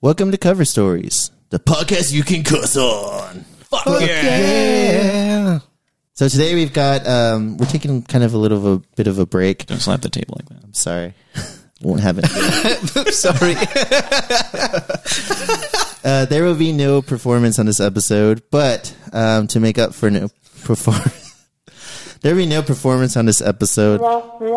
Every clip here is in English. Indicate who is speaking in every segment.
Speaker 1: Welcome to Cover Stories, the podcast you can cuss on. Fuck, yeah. So today we've got um, we're taking kind of a little of a bit of a break.
Speaker 2: Don't slap the table like that.
Speaker 1: Sorry, won't have it.
Speaker 3: Sorry.
Speaker 1: Uh, there will be no performance on this episode, but um, to make up for no performance, there will be no performance on this episode.
Speaker 2: We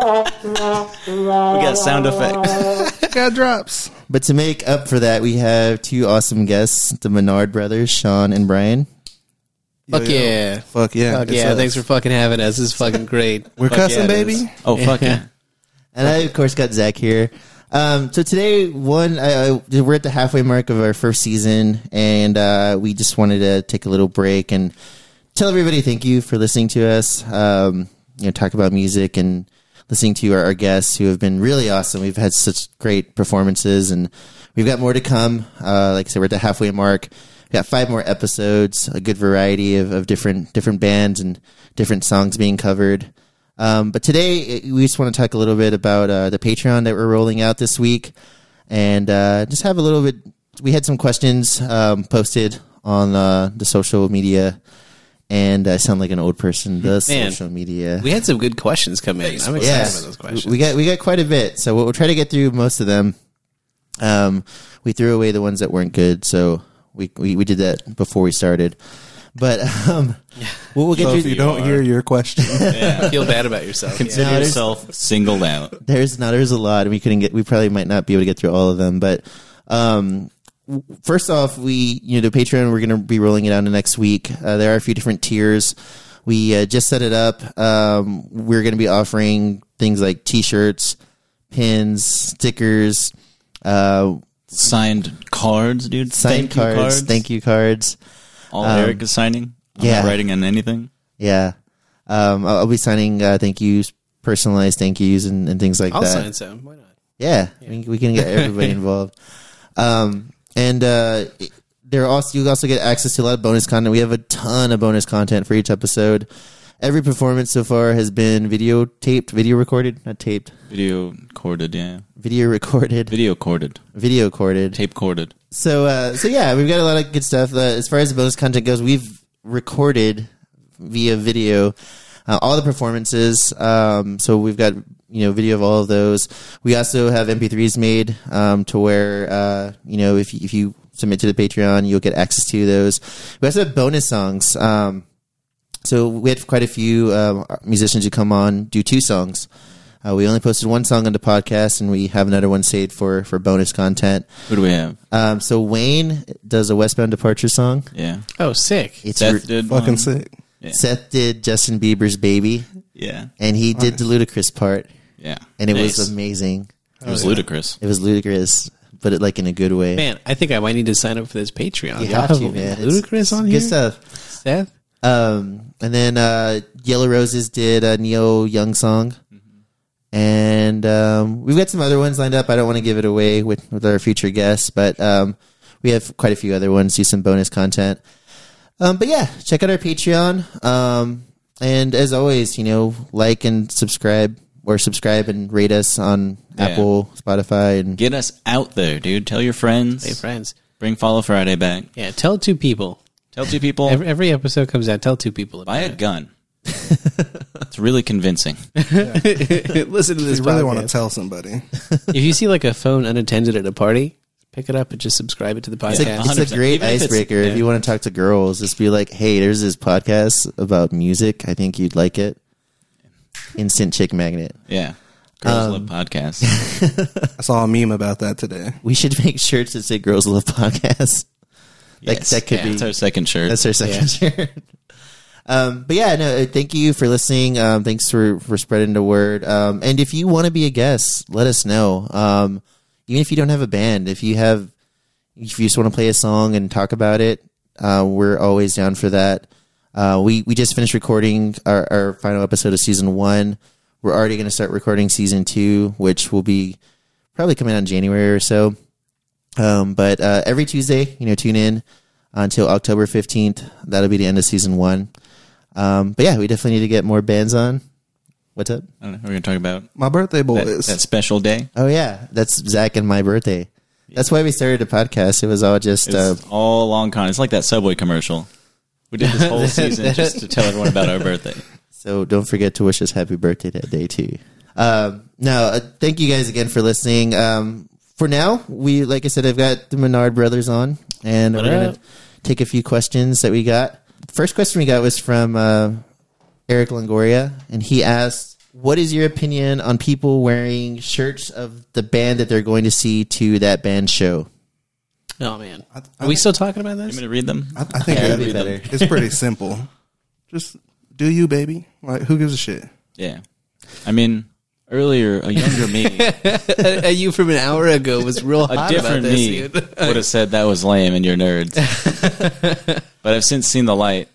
Speaker 2: got sound effect.
Speaker 3: God drops.
Speaker 1: But to make up for that, we have two awesome guests, the Menard brothers, Sean and Brian.
Speaker 3: Fuck yeah.
Speaker 4: Fuck yeah.
Speaker 3: Fuck
Speaker 4: It's
Speaker 3: yeah.
Speaker 4: us.
Speaker 3: Thanks for fucking having us. This is fucking great.
Speaker 4: We're
Speaker 3: Fuck
Speaker 4: cussing,
Speaker 3: yeah, it
Speaker 4: baby.
Speaker 3: is.
Speaker 2: Oh fuck yeah!
Speaker 1: And I, of course, got Zach here. Um, so today, one, I, I, we're at the halfway mark of our first season, and uh, we just wanted to take a little break and tell everybody thank you for listening to us. Um, you know, talk about music and listening to our, our guests who have been really awesome. We've had such great performances, and we've got more to come. Uh, like I said, we're at the halfway mark. We've got five more episodes, a good variety of, of different different bands and different songs being covered. Um, but today, eh, we just want to talk a little bit about uh, the Patreon that we're rolling out this week and uh, just have a little bit. We had some questions um, posted on uh, the social media, and I sound like an old person. The
Speaker 3: Man.
Speaker 1: social media.
Speaker 3: We had some good questions come in. I'm excited
Speaker 1: Yeah.
Speaker 3: about those questions.
Speaker 1: We got we got quite a bit, so we'll, we'll try to get through most of them. Um, we threw away the ones that weren't good, so we we, we did that before we started. But um, we'll, we'll get
Speaker 4: So
Speaker 1: through.
Speaker 4: if you don't hear your question,
Speaker 3: Yeah. Feel bad about yourself. Yeah.
Speaker 2: Consider
Speaker 1: No, there's-
Speaker 2: yourself singled out.
Speaker 1: There's no, there's a lot, and we couldn't get. We probably might not be able to get through all of them. But um, w- first off, we you know the Patreon we're going to be rolling it out in next week. Uh, there are a few different tiers. We uh, just set it up. Um, we're going to be offering things like T-shirts, pins, stickers, uh,
Speaker 2: Signed cards, dude.
Speaker 1: signed
Speaker 2: Thank you
Speaker 1: cards, thank you cards.
Speaker 2: All Eric is signing. I'm
Speaker 1: yeah.
Speaker 2: not writing on anything.
Speaker 1: Yeah, um, I'll, I'll be signing uh, thank yous, personalized thank yous, and, and things like
Speaker 3: I'll
Speaker 1: that.
Speaker 3: sign some. Why not?
Speaker 1: Yeah, We, we can get everybody involved. Um, and uh, there are also you also get access to a lot of bonus content. We have a ton of bonus content for each episode. Every performance so far has been videotaped, video recorded, not taped,
Speaker 2: Video corded, yeah.
Speaker 1: video recorded,
Speaker 2: Video corded.
Speaker 1: video recorded.
Speaker 2: Tape corded.
Speaker 1: So, uh, so yeah, we've got a lot of good stuff. Uh, as far as the bonus content goes, we've recorded via video uh, all the performances. Um, so we've got you know video of all of those. We also have MP3s made um, to where uh, you know if you- if you submit to the Patreon, you'll get access to those. We also have bonus songs. Um, so we had quite a few um, musicians who come on do two songs. Uh, we only posted one song on the podcast, and we have another one saved for for bonus content.
Speaker 2: Who do we have?
Speaker 1: Um, so Wayne does a Westbound Departure song.
Speaker 2: Yeah.
Speaker 3: Oh, sick.
Speaker 1: It's
Speaker 2: Seth
Speaker 1: re-
Speaker 2: did
Speaker 4: fucking
Speaker 2: one.
Speaker 4: sick.
Speaker 2: Yeah.
Speaker 1: Seth did Justin Bieber's "Baby,"
Speaker 2: Yeah.
Speaker 1: and he did the Ludacris part,
Speaker 2: Yeah.
Speaker 1: and it
Speaker 2: Nice.
Speaker 1: was amazing.
Speaker 2: It was ludicrous.
Speaker 1: It was ludicrous, but it, like in a good way.
Speaker 3: Man, I think I might need to sign up for this Patreon.
Speaker 1: you
Speaker 3: Y'all
Speaker 1: have to,
Speaker 3: been
Speaker 1: man. It's-
Speaker 3: Ludicrous on
Speaker 1: good
Speaker 3: here.
Speaker 1: stuff.
Speaker 3: Seth?
Speaker 1: Um, and then uh, Yellow Roses did a Neil Young song, and um, we've got some other ones lined up. I don't want to give it away with with our future guests, but um, we have quite a few other ones. Do some bonus content. Um, but yeah, check out our Patreon. Um, and as always, you know, like and subscribe or subscribe and rate us on
Speaker 2: Yeah.
Speaker 1: Apple, Spotify, and
Speaker 2: Get us out there, dude. Tell your friends.
Speaker 3: Hey, friends.
Speaker 2: Bring Follow Friday back.
Speaker 3: Yeah, tell two people.
Speaker 2: Tell two people.
Speaker 3: Every, every episode comes out, tell two people about
Speaker 2: buy a gun. it's really convincing.
Speaker 3: it. Listen to
Speaker 4: If
Speaker 3: this
Speaker 4: you really
Speaker 3: podcast.
Speaker 4: want to tell somebody,
Speaker 3: if you see like a phone unattended at a party, pick it up and just subscribe it to the
Speaker 1: it's a,
Speaker 3: podcast.
Speaker 2: Yeah.
Speaker 1: it's a
Speaker 2: 100%.
Speaker 1: great
Speaker 2: Even if it's-
Speaker 1: icebreaker. If
Speaker 2: yeah.
Speaker 1: you want to talk to girls, just be like, hey, there's this podcast about music. I think you'd like it. Instant chick magnet.
Speaker 2: Yeah.
Speaker 1: Um,
Speaker 2: Girls love podcasts.
Speaker 4: I saw a meme about that today.
Speaker 1: We should make shirts that say girls love podcasts. Like
Speaker 2: Yes.
Speaker 1: that could
Speaker 2: Yeah,
Speaker 1: be
Speaker 2: That's our second shirt.
Speaker 1: That's our second year. Um, but yeah, no. uh, Thank you for listening. Um, thanks for for spreading the word. Um, and if you want to be a guest, let us know. Um, even if you don't have a band, if you have, if you just want to play a song and talk about it, uh, we're always down for that. Uh, we we just finished recording our, our final episode of season one. We're already going to start recording season two, which will be probably coming out in January or so. Um, but uh, every Tuesday, you know, tune in until October 15th. That'll be the end of season one. Um, but yeah, we definitely need to get more bands on. What's up?
Speaker 2: I don't know. We're going to talk about
Speaker 4: My birthday boy
Speaker 2: that,
Speaker 4: is
Speaker 2: that special day.
Speaker 1: Oh, yeah. That's Zach and my birthday. That's why we started a podcast. It was all just
Speaker 2: It's
Speaker 1: uh,
Speaker 2: all long con. It's like that Subway commercial. We did this whole season just to tell everyone about our birthday.
Speaker 1: So don't forget to wish us happy birthday that day too. Um, no, uh, thank you guys again for listening. Um, for now, we like I said, I've got the Menard brothers on, and
Speaker 3: What
Speaker 1: we're gonna
Speaker 3: up?
Speaker 1: take a few questions that we got. First question we got was from uh, Eric Longoria, and he asked, "What is your opinion on people wearing shirts of the band that they're going to see to that band show?"
Speaker 3: Oh man,
Speaker 4: I, th- I
Speaker 3: are we
Speaker 4: think-
Speaker 3: still talking about
Speaker 2: You want me
Speaker 3: this?
Speaker 2: to read them?
Speaker 4: I, I think
Speaker 1: Yeah,
Speaker 4: it-
Speaker 1: that'd be better.
Speaker 4: it's pretty simple. Just do you, baby. Like, who gives a shit?
Speaker 2: Yeah. I mean, earlier, a younger me,
Speaker 3: Uh, you from an hour ago was real
Speaker 2: a
Speaker 3: hot about
Speaker 2: different
Speaker 3: this.
Speaker 2: me,
Speaker 3: dude.
Speaker 2: would have said that was lame and you're nerds. but I've since seen the light.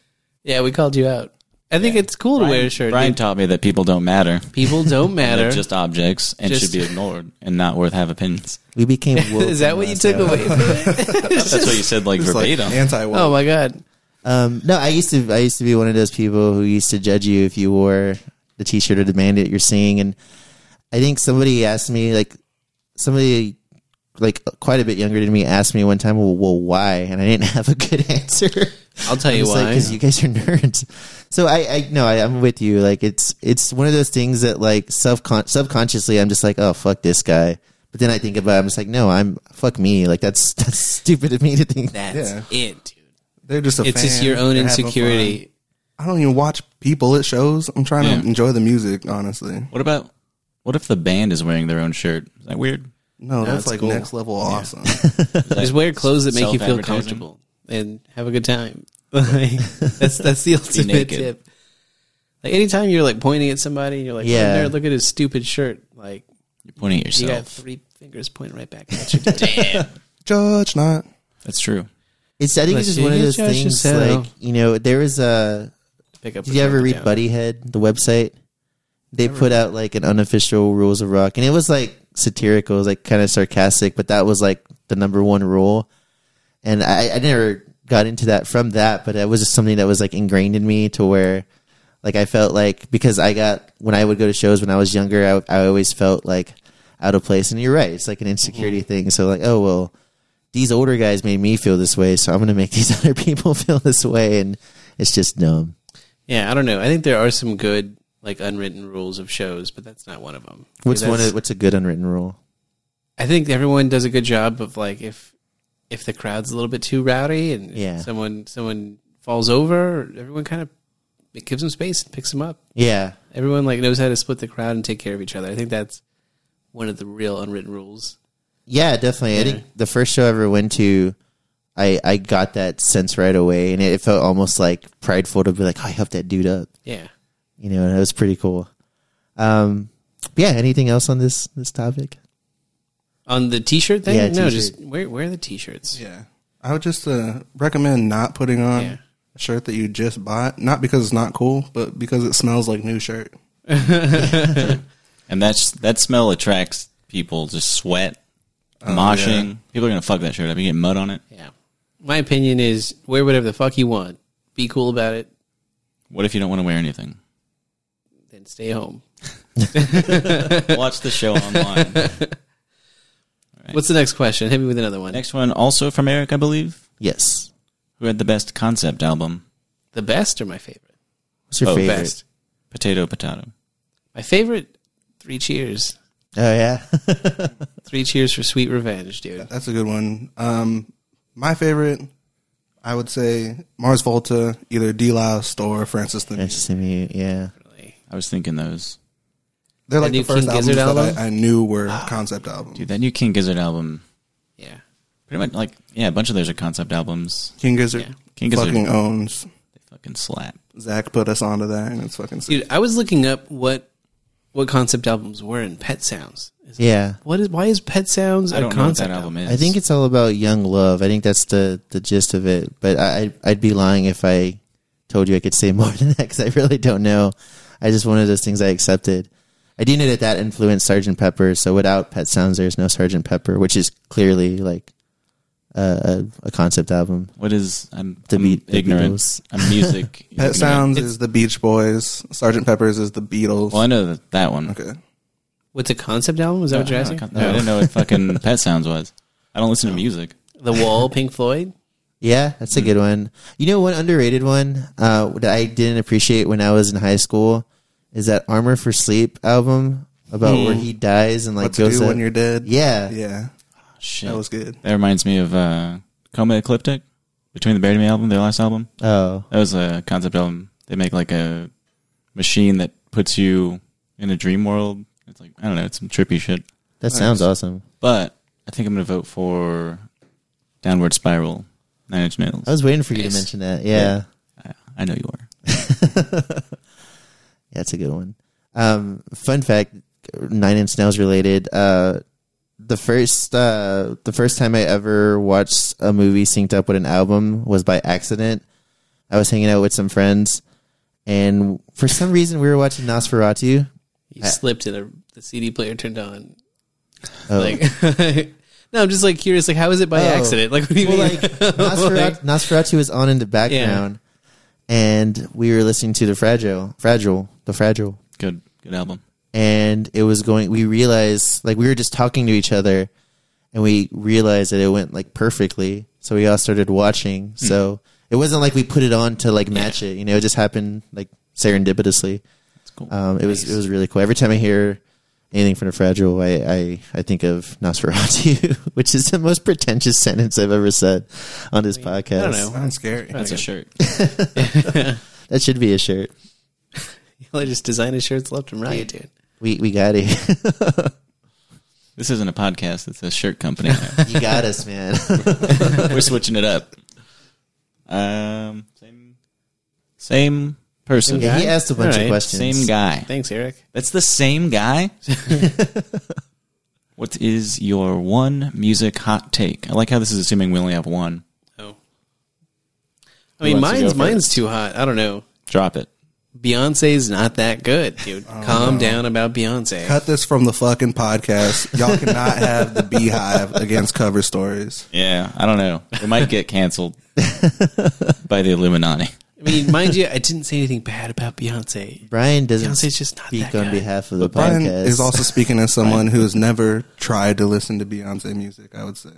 Speaker 3: yeah, we called you out. I think it's cool to wear a shirt.
Speaker 2: Brian
Speaker 3: dude.
Speaker 2: taught me that people don't matter.
Speaker 3: People don't
Speaker 2: They're
Speaker 3: matter.
Speaker 2: just objects and
Speaker 3: Just-
Speaker 2: should be ignored and not worth have opinions.
Speaker 1: We became woke
Speaker 3: Is that
Speaker 1: in
Speaker 3: what you
Speaker 1: last
Speaker 3: took
Speaker 1: hour.
Speaker 3: away? From it?
Speaker 2: That's what you said, like
Speaker 4: It's like
Speaker 2: verbatim.
Speaker 4: anti war.
Speaker 3: oh my god.
Speaker 1: Um, no, I used to I used to be one of those people who used to judge you if you wore the T-shirt or the band that you're seeing. And I think somebody asked me, like somebody, like quite a bit younger than me, asked me one time, "Well, well why?" And I didn't have a good answer.
Speaker 3: I'll tell you
Speaker 1: It's like
Speaker 3: why.
Speaker 1: because you guys are nerds. So I, I no, I, I'm with you. Like it's it's one of those things that like self subconsciously, I'm just like, oh fuck this guy. But then I think about, it, I'm just like, no, I'm fuck me. Like that's that's stupid of me to think that.
Speaker 3: That's it, dude.
Speaker 4: They're just a
Speaker 3: It's just
Speaker 4: fan.
Speaker 3: your own
Speaker 4: They're having fun.
Speaker 3: insecurity.
Speaker 4: I don't even watch people at shows. I'm trying
Speaker 2: Yeah.
Speaker 4: to enjoy the music, honestly.
Speaker 2: What about what if the band is wearing their own shirt? Is that weird?
Speaker 4: No, that's like
Speaker 2: cool.
Speaker 4: next level awesome.
Speaker 3: Just wear clothes that make you feel
Speaker 2: Self-advertising.
Speaker 3: comfortable and have a good time. Like, that's that's the ultimate
Speaker 2: naked.
Speaker 3: tip. Like anytime you're like pointing at somebody and you're like,
Speaker 1: Yeah.
Speaker 3: yeah. look at his stupid shirt. Like
Speaker 2: You're pointing at
Speaker 3: you
Speaker 2: yourself.
Speaker 3: got three fingers pointing right back at you. Damn.
Speaker 4: Judge not.
Speaker 2: That's true.
Speaker 1: It's I think it's
Speaker 3: Unless
Speaker 1: just
Speaker 3: you
Speaker 1: one of
Speaker 3: get
Speaker 1: those
Speaker 3: judged
Speaker 1: things
Speaker 3: yourself.
Speaker 1: like you know there was a
Speaker 3: Pick up.
Speaker 1: did
Speaker 3: a
Speaker 1: you ever
Speaker 3: shirt
Speaker 1: read
Speaker 3: down.
Speaker 1: Buddyhead the website? They put out like an unofficial rules of rock and it was like satirical, it was like kind of sarcastic, but that was like the number one rule. And I, I never got into that from that, but it was just something that was like ingrained in me to where like I felt like because I got when I would go to shows when I was younger, I, I always felt like out of place. And you're right, it's like an insecurity
Speaker 3: Mm-hmm.
Speaker 1: thing. So like, oh well, these older guys made me feel this way, so I'm gonna make these other people feel this way, and it's just dumb.
Speaker 3: Yeah, I don't know. I think there are some good like unwritten rules of shows, but that's not one of them.
Speaker 1: What's
Speaker 3: Like,
Speaker 1: one?
Speaker 3: that's-
Speaker 1: Of, what's a good unwritten rule?
Speaker 3: I think everyone does a good job of like if if the crowd's a little bit too rowdy and
Speaker 1: Yeah.
Speaker 3: someone someone falls over, everyone kind of it gives them space and picks them up.
Speaker 1: Yeah,
Speaker 3: Everyone like knows how to split the crowd and take care of each other. I think that's one of the real unwritten rules.
Speaker 1: yeah, definitely. I think the first show I ever went to, I I got that sense right away, and it felt almost like prideful to be like, "Oh, I helped that dude up,
Speaker 3: Yeah.
Speaker 1: you know, and it was pretty cool. Um, yeah. Anything else on this this topic?
Speaker 3: On the t-shirt thing,
Speaker 1: Yeah,
Speaker 3: no,
Speaker 1: t-shirt.
Speaker 3: just wear wear the t-shirts.
Speaker 4: Yeah. I would just uh, recommend not putting on
Speaker 3: Yeah.
Speaker 4: a shirt that you just bought, not because it's not cool, but because it smells like new shirt.
Speaker 2: And that's that smell attracts people. Just sweat, moshing. People are gonna fuck that shirt up. You get mud on it.
Speaker 3: Yeah. My opinion is wear whatever the fuck you want. Be cool about it.
Speaker 2: What if you don't want to wear anything?
Speaker 3: Then stay home.
Speaker 2: Watch the show online.
Speaker 3: What's the next question? Hit me with another one.
Speaker 2: Next one, also from Eric, I believe,
Speaker 1: Yes.
Speaker 2: who had the best concept album,
Speaker 3: The best or my favorite?
Speaker 1: What's your
Speaker 2: Oh,
Speaker 1: favorite?
Speaker 3: Best.
Speaker 2: Potato Potato.
Speaker 3: My favorite, Three Cheers.
Speaker 1: Oh yeah.
Speaker 3: Three Cheers for Sweet Revenge, dude.
Speaker 4: That's a good one. Um, my favorite, I would say Mars Volta, either D Loust or Francis the Mute.
Speaker 1: Nice to meet you. Yeah.
Speaker 3: Really.
Speaker 2: I was thinking those.
Speaker 4: They're like
Speaker 3: new
Speaker 4: the first
Speaker 3: King
Speaker 4: albums
Speaker 3: Gizzard
Speaker 4: that
Speaker 3: album?
Speaker 4: I, I knew were concept albums.
Speaker 2: Dude, that new King Gizzard album.
Speaker 3: Yeah.
Speaker 2: Pretty much like yeah, a bunch of those are concept albums.
Speaker 4: King Gizzard
Speaker 3: Yeah.
Speaker 2: King Gizzard.
Speaker 4: fucking owns.
Speaker 2: They fucking slap.
Speaker 4: Zach put us onto that, and it's fucking sick.
Speaker 3: Dude, I was looking up what what concept albums were in Pet Sounds. Is-
Speaker 1: Yeah.
Speaker 3: What is why is Pet Sounds
Speaker 2: I
Speaker 3: a
Speaker 2: don't know what that
Speaker 3: concept
Speaker 2: album
Speaker 3: album?
Speaker 2: is.
Speaker 1: I think it's all about young love. I think that's the the gist of it. But I I'd- I'd be lying if I told you I could say more than that because I really don't know. I just one of those things I accepted. I do know that that influenced Sergeant Pepper. So without Pet Sounds, there's no Sergeant Pepper, which is clearly like a, a, a concept album.
Speaker 2: what is I'm,
Speaker 1: The
Speaker 2: I'm
Speaker 1: Beat- the
Speaker 2: ignorant.
Speaker 1: Beatles.
Speaker 2: I'm music.
Speaker 4: Pet
Speaker 2: ignorant.
Speaker 4: Sounds is the Beach Boys. Sergeant Pepper's is the Beatles.
Speaker 2: Well, I know that, that one.
Speaker 4: Okay.
Speaker 3: What's a concept album? Is that what you're
Speaker 2: I
Speaker 3: asking?
Speaker 2: don't know. I didn't know what fucking Pet Sounds was. I I don't listen to music.
Speaker 3: The Wall, Pink Floyd.
Speaker 1: Yeah, that's
Speaker 4: Hmm.
Speaker 1: a good one. You know, one underrated one uh, that I didn't appreciate when I was in high school is that Armor for Sleep album about where he dies and like
Speaker 4: What to
Speaker 1: goes
Speaker 4: Hmm. do
Speaker 1: up-
Speaker 4: when you're dead?
Speaker 1: Yeah,
Speaker 4: yeah,
Speaker 3: Oh,
Speaker 2: Shit.
Speaker 4: that was good.
Speaker 2: That reminds me of uh, Coma Ecliptic, Between the Buried and Me album, their last album.
Speaker 1: Oh,
Speaker 2: That was a concept album. They make like a machine that puts you in a dream world. It's like I don't know, it's some trippy shit.
Speaker 1: that sounds awesome.
Speaker 2: But I think I'm gonna vote for Downward Spiral, Nine Inch Nails.
Speaker 1: I was waiting for you
Speaker 3: Nice.
Speaker 1: to mention that. Yeah,
Speaker 2: I, I know you are.
Speaker 1: that's a good one. Um, fun fact: Nine Inch Nails related. Uh, the first uh, the first time I ever watched a movie synced up with an album was by accident. I was hanging out with some friends, and for some reason we were watching Nosferatu.
Speaker 3: You
Speaker 1: I-
Speaker 3: slipped and a, the CD player turned on.
Speaker 1: Oh.
Speaker 3: Like, no, I'm just like curious. Like, how is it by
Speaker 1: Oh.
Speaker 3: accident? Like, what do you
Speaker 1: well,
Speaker 3: mean?
Speaker 1: like Nosferatu, Nosferatu was on in the background, and we were listening to the fragile, fragile, the fragile,
Speaker 2: Good good album.
Speaker 1: and it was going. We realized, like, we were just talking to each other, and we realized that it went like perfectly. So we all started
Speaker 3: Hmm.
Speaker 1: watching. So it wasn't like we put it on to like match it. You know, it just happened like serendipitously.
Speaker 2: It's cool.
Speaker 4: Uh,
Speaker 1: Um, it was it was really cool. Every time I hear anything from the fragile, I I, I think of Nosferatu, which is the most pretentious sentence I've ever said on this podcast.
Speaker 3: I don't know.
Speaker 4: Sounds scary.
Speaker 2: That's a shirt.
Speaker 1: That should be a shirt.
Speaker 3: Y'all are just designing shirts left and right, dude.
Speaker 1: We we got it.
Speaker 2: this isn't a podcast, it's a shirt company.
Speaker 1: you got us, man.
Speaker 2: We're switching it up. Um same same person.
Speaker 1: Yeah, he asked a bunch
Speaker 3: All
Speaker 1: of
Speaker 3: right.
Speaker 1: questions.
Speaker 2: Same guy.
Speaker 3: Thanks, Eric.
Speaker 2: That's the same guy. what is your one music hot take? I like how this is assuming we only have one.
Speaker 3: Oh, I mean,
Speaker 2: wants to go
Speaker 3: mine's
Speaker 2: first?
Speaker 3: mine's too hot. I don't know.
Speaker 2: Drop it.
Speaker 3: Beyonce's not that good, dude.
Speaker 2: Oh,
Speaker 3: Calm down about Beyonce.
Speaker 4: Cut this from the fucking podcast. Y'all cannot have the beehive against cover stories.
Speaker 2: Yeah, I don't know. It might get canceled by the Illuminati.
Speaker 3: I mean, mind you, I didn't say anything bad about Beyonce.
Speaker 1: Brian doesn't
Speaker 3: Beyonce's just not
Speaker 1: speak
Speaker 3: that
Speaker 1: on
Speaker 3: guy.
Speaker 1: behalf of the
Speaker 4: Brian
Speaker 1: podcast.
Speaker 4: is also speaking as someone who has never tried to listen to Beyonce music. I would say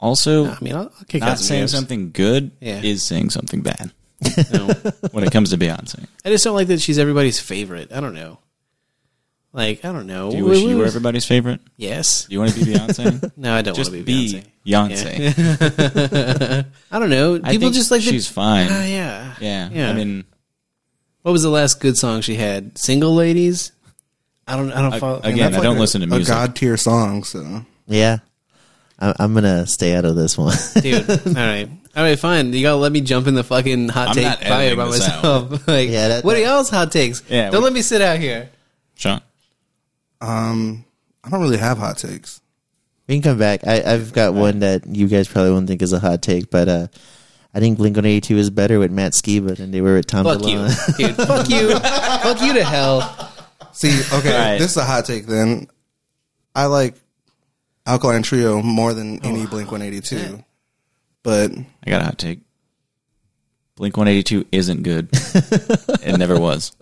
Speaker 2: Also,
Speaker 3: I mean, I'll, I'll kick out
Speaker 2: not
Speaker 3: some
Speaker 2: saying
Speaker 3: names.
Speaker 2: something good
Speaker 3: Yeah.
Speaker 2: is saying something bad
Speaker 3: No.
Speaker 2: when it comes to Beyonce.
Speaker 3: I just don't like that she's everybody's favorite. I don't know. Like, I don't know.
Speaker 2: Do you wish
Speaker 3: What
Speaker 2: you were
Speaker 3: was-
Speaker 2: everybody's favorite?
Speaker 3: Yes.
Speaker 2: Do you want to be Beyonce?
Speaker 3: No, I don't want
Speaker 2: Just
Speaker 3: to be
Speaker 2: be
Speaker 3: Beyonce.
Speaker 2: Beyonce.
Speaker 3: I don't know.
Speaker 2: I
Speaker 3: People
Speaker 2: think
Speaker 3: just like the-
Speaker 2: she's fine.
Speaker 3: Ah, yeah.
Speaker 2: yeah.
Speaker 3: Yeah.
Speaker 2: I mean,
Speaker 3: What was the last good song she had? Single Ladies? I don't I don't follow
Speaker 2: again, I
Speaker 4: like
Speaker 2: don't
Speaker 4: a-
Speaker 2: listen to music.
Speaker 4: A god tier song. So
Speaker 1: yeah. I, I'm gonna stay out of this one.
Speaker 3: dude. All right. All right, fine. You gotta let me jump in the fucking hot
Speaker 2: I'm not
Speaker 3: take fire
Speaker 2: editing
Speaker 3: by
Speaker 2: this
Speaker 3: myself. like,
Speaker 1: Yeah, that-
Speaker 3: what are y'all's hot takes?
Speaker 2: Yeah,
Speaker 3: don't
Speaker 2: we-
Speaker 3: let me sit out here.
Speaker 2: Sean,
Speaker 4: um, I don't really have hot takes.
Speaker 1: We can come back. I, I've got one that you guys probably won't think is a hot take, but uh, I think Blink One Eighty Two is better with Matt Skiba than they were with Tom
Speaker 3: Fuck you,
Speaker 1: DeLonge.
Speaker 3: dude. Fuck you. Fuck you to hell.
Speaker 4: See, okay,
Speaker 2: All right.
Speaker 4: this is a hot take. Then I like Alkaline Trio more than
Speaker 2: Oh.
Speaker 4: any Blink One Eighty Two, but
Speaker 2: I got a hot take. Blink 182 isn't good. it never was.